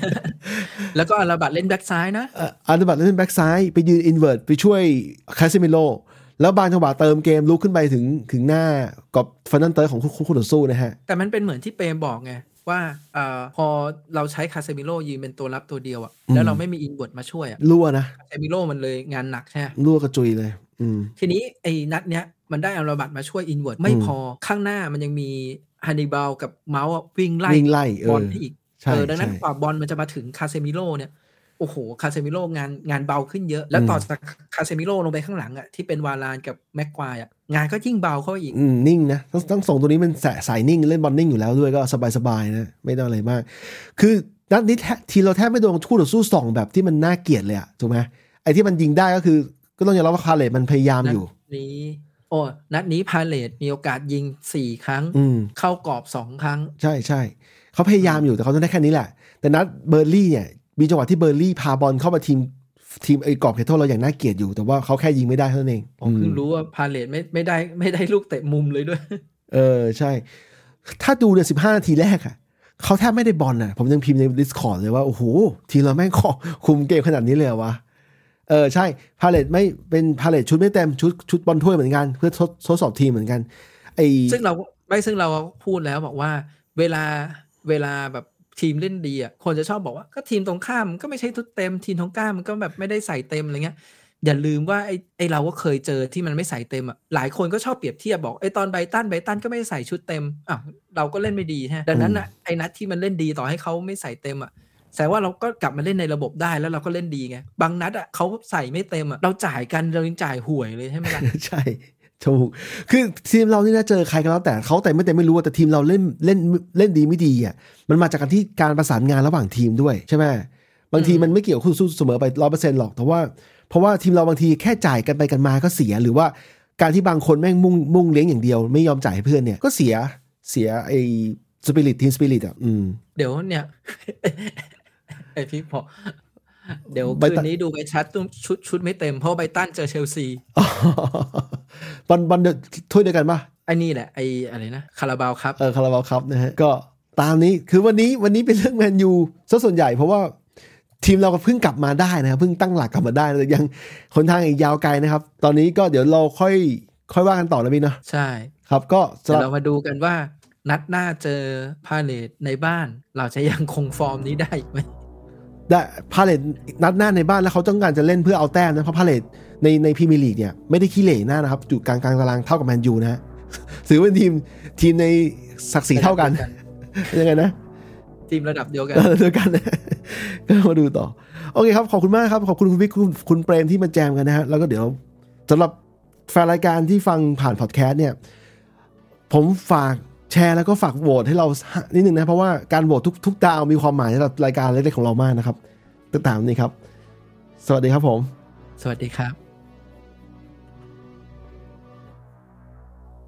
ๆ แล้วก็อาราบัตเล่นแบ็กซ้ายนะ
เอ่ออาร์บัตเล่นแบ็กซ้ายไปยืนอินเว t ร์ไปช่วยคาซิเมโลแล้วบางจังหวะเติมเกมลุกขึ้นไปถึงถึงหน้ากับฟันนันเตอร์ของคู่คู่คู่ต่อสู้นะฮะ
แต่มันเป็นเหมือนที่เปมบอกไง ว่าเอ่อพอเราใช้คาเซมิโลยืนเป็นตัวรับตัวเดียวอะ
อืม
แล้วเราไม่มีอินเวิร์ดมาช่วยอะ
รั่วนะ
คาเซมิโลมันเลยงานหนักใช่ไหม
รั่วกระจุยเลย อืม
ทีนี้ไอ้นัดเนี้ยมันได้อาราบัตมาช่วยอินเวิร์ดไม่
อืม
พอข้างหน้ามันยังมีฮันนิบาลกับเมาส์อะวิ่งไล่
วิ่งไล่เอบ
อ
อ
ลให้อีก
ใช่
เออดังนั้น
ใช่
กว่าบอลมันจะมาถึงคาเซมิโลเนี่ยโอ้โหคาเซมิโลงานงานเบาขึ้นเยอะ แล้ว
อืม
ต่อจากคาเซมิโลลงไปข้างหลังอะที่เป็นวาลานกับแม็กควายอะงานก็ยิ่งเบาเข้าไปอีก
อืมนิ่งนะต้องต้องส่งตัวนี้มันสายสายนิ่ง เล่นบอลนิ่งอยู่แล้วด้วยก็สบายๆนะ ไม่ต้องอะไรมาก คือนัดนี้แททีมเราแทบไม่โดนคู่ต่อสู้สองแบบที่มันน่าเกลียดเลยอะถูกไหมไอ้ที่มันยิงได้ก็คือ ก็ต้องยอมรับว่าคาเลตมันพยายามอยู่
นี้โอ้นัดนี้พาเลตมีโอกาสยิงสี่ครั้ง
อืม
เข้ากรอบสองครั้ง
ใช่ใช่เขาพยายามอยู่แต่เขาต้องได้แค่นี้แหละ แต่นัดเบอร์ลี่เนี่ยมีจังหวะที่เบอร์ลี่พาบอลเข้ามาทีมทีมไอ้กรอบเขตโทษเราอย่างน่าเกลียดอยู่ แต่ว่าเขาแค่ยิงไม่ได้เท่านั้นเอง
ผมเพิ่ง
อืม
รู้ว่าพาเลตไม่ไม่ได้ไม่ได้ลูกเตะมุมเลยด้วย
เออใช่ ถ้าดูเนี่ยสิบห้านาทีแรกอะเขาแทบไม่ได้บอลน่ะ ผมยังพิมพ์ใน Discord เลยว่า โอ้โห ทีมเราแม่งขอคุมเกมขนาดนี้เลยเหรอวะ เออใช่พาเลตไม่เป็นพาเลตชุดไม่เต็มชุดชุดบอลถ้วยเหมือนกัน เพื่อทดทดสอบทีมเหมือนกัน ไอ
ซึ่งเราไม่ซึ่งเราพูดแล้วบอกว่า เวลาเวลาแบบทีมเล่นดีอ่ะคนจะชอบบอกว่าก็ทีมตรงข้ามมันก็ไม่ใช่ทุดเต็มทีมตรงข้ามมันก็แบบไม่ได้ใส่เต็มอะไรเงี้ยอย่าลืมว่าไอ้ไอ้เราก็เคยเจอที่มันไม่ใส่เต็มอ่ะหลายคนก็ชอบเปรียบเทียบบอกไอ้ตอนไบรตันไบรตันก็ไม่ได้ใส่ชุดเต็มอ้าวเราก็เล่นไม่ดีฮะดังนั้นอ่ะไอ้นัดที่มันเล่นดีต่อให้เขาไม่ใส่เต็มอ่ะแสดงว่าเราก็กลับมาเล่นในระบบได้แล้วเราก็เล่นดีไงบางนัดอ่ะเขาใส่ไม่เต็มอ่ะเราจ่ายกันเรายังจ่ายห่วยเลยใช่ไหมล่ะ
ใช่ถูกคือทีมเรานี่นะเจอใครก็แล้วแต่เขาแต่ไม่แต่ไม่รู้อะแต่ทีมเราเล่นเล่นเล่นดีไม่ดีอ่ะมันมาจากการที่การประสานงานระหว่างทีมด้วยใช่ไหมบางที
อืม
มันไม่เกี่ยวกับคู่สู้เสมอไปร้อยเปอร์เซ็นต์หรอกแต่ว่าเพราะว่าทีมเราบางทีแค่จ่ายกันไปกันมาก็เสีย หรือว่าการที่บางคนแม่งมุ่งมุ่งเลี้ยงอย่างเดียว ไม่ยอมจ่ายให้เพื่อนเนี่ยก็เสียเสียไอ้สปิริตทีมสปิริตอ่ะอืม
เดี๋ยวเนี่ย ไอพี่พอกเดี๋ยว
ไบ
คืน
ตัน
นี้ดูไปชัดตุ้มชุดชุดไม่เต็มเพราะไบตันเจอเชลซี
อ๋อ บอลบอลเดียวถ้วยเดียวกันปะ
ไอ้นี่แหละไออะไรนะคาราบาวครับ
เออคาราบาลครับนะฮะก็ตามนี้คือวันนี้วันนี้เป็นเรื่องแมนยูซะส่วนใหญ่เพราะว่าทีมเราก็เพิ่งกลับมาได้นะครับเพิ่งตั้งหลักกลับมาได้แต่ยังหนทางอีกยาวไกลนะครับ ตอนนี้ก็เดี๋ยวเราค่อยค่อยว่ากันต่อนะพี่เนาะ
ใช่
ครับ ก็
เดี๋
สำ
ย
ห
ว
รับ
เรามาดูกันว่า นัดหน้าเจอพาเลตในบ้าน เราจะยังคงฟอร์มนี้ได้อีกไหม
ได้พาเลตนัดหน้าในบ้านแล้วเขาต้องการจะเล่นเพื่อเอาแต้มนะเพราะพาเลตในในพรีเมียร์ลีกเนี่ยไม่ได้ขี้เหร่หน้านะครับอยู่กลางกลางตารางเท่ากับแมนยูนะฮะ ถือเป็นทีมทีมในศักดิ์ศรีเท่า กันยังไงนะ
ทีมระดับเดียวกัน
เออเดียวกันนะ ก็มาดูต่อ โอเคครับ ขอบคุณมากครับ ขอบคุณคุณวิกคุณคุณเปรมที่มาแจมกันนะฮะ แล้วก็เดี๋ยวสำหรับแฟนรายการที่ฟังผ่านพอดแคสต์เนี่ย ผมฝากแชร์แล้วก็ฝากโหวตให้เรานิดนึงนะ เพราะว่าการโหวตทุกทุกดาวมีความหมายสำหรับรายการเล็กๆของเรามากนะครับติดตามนี้ครับ สวัสดีครับผม
สวัสดีครับ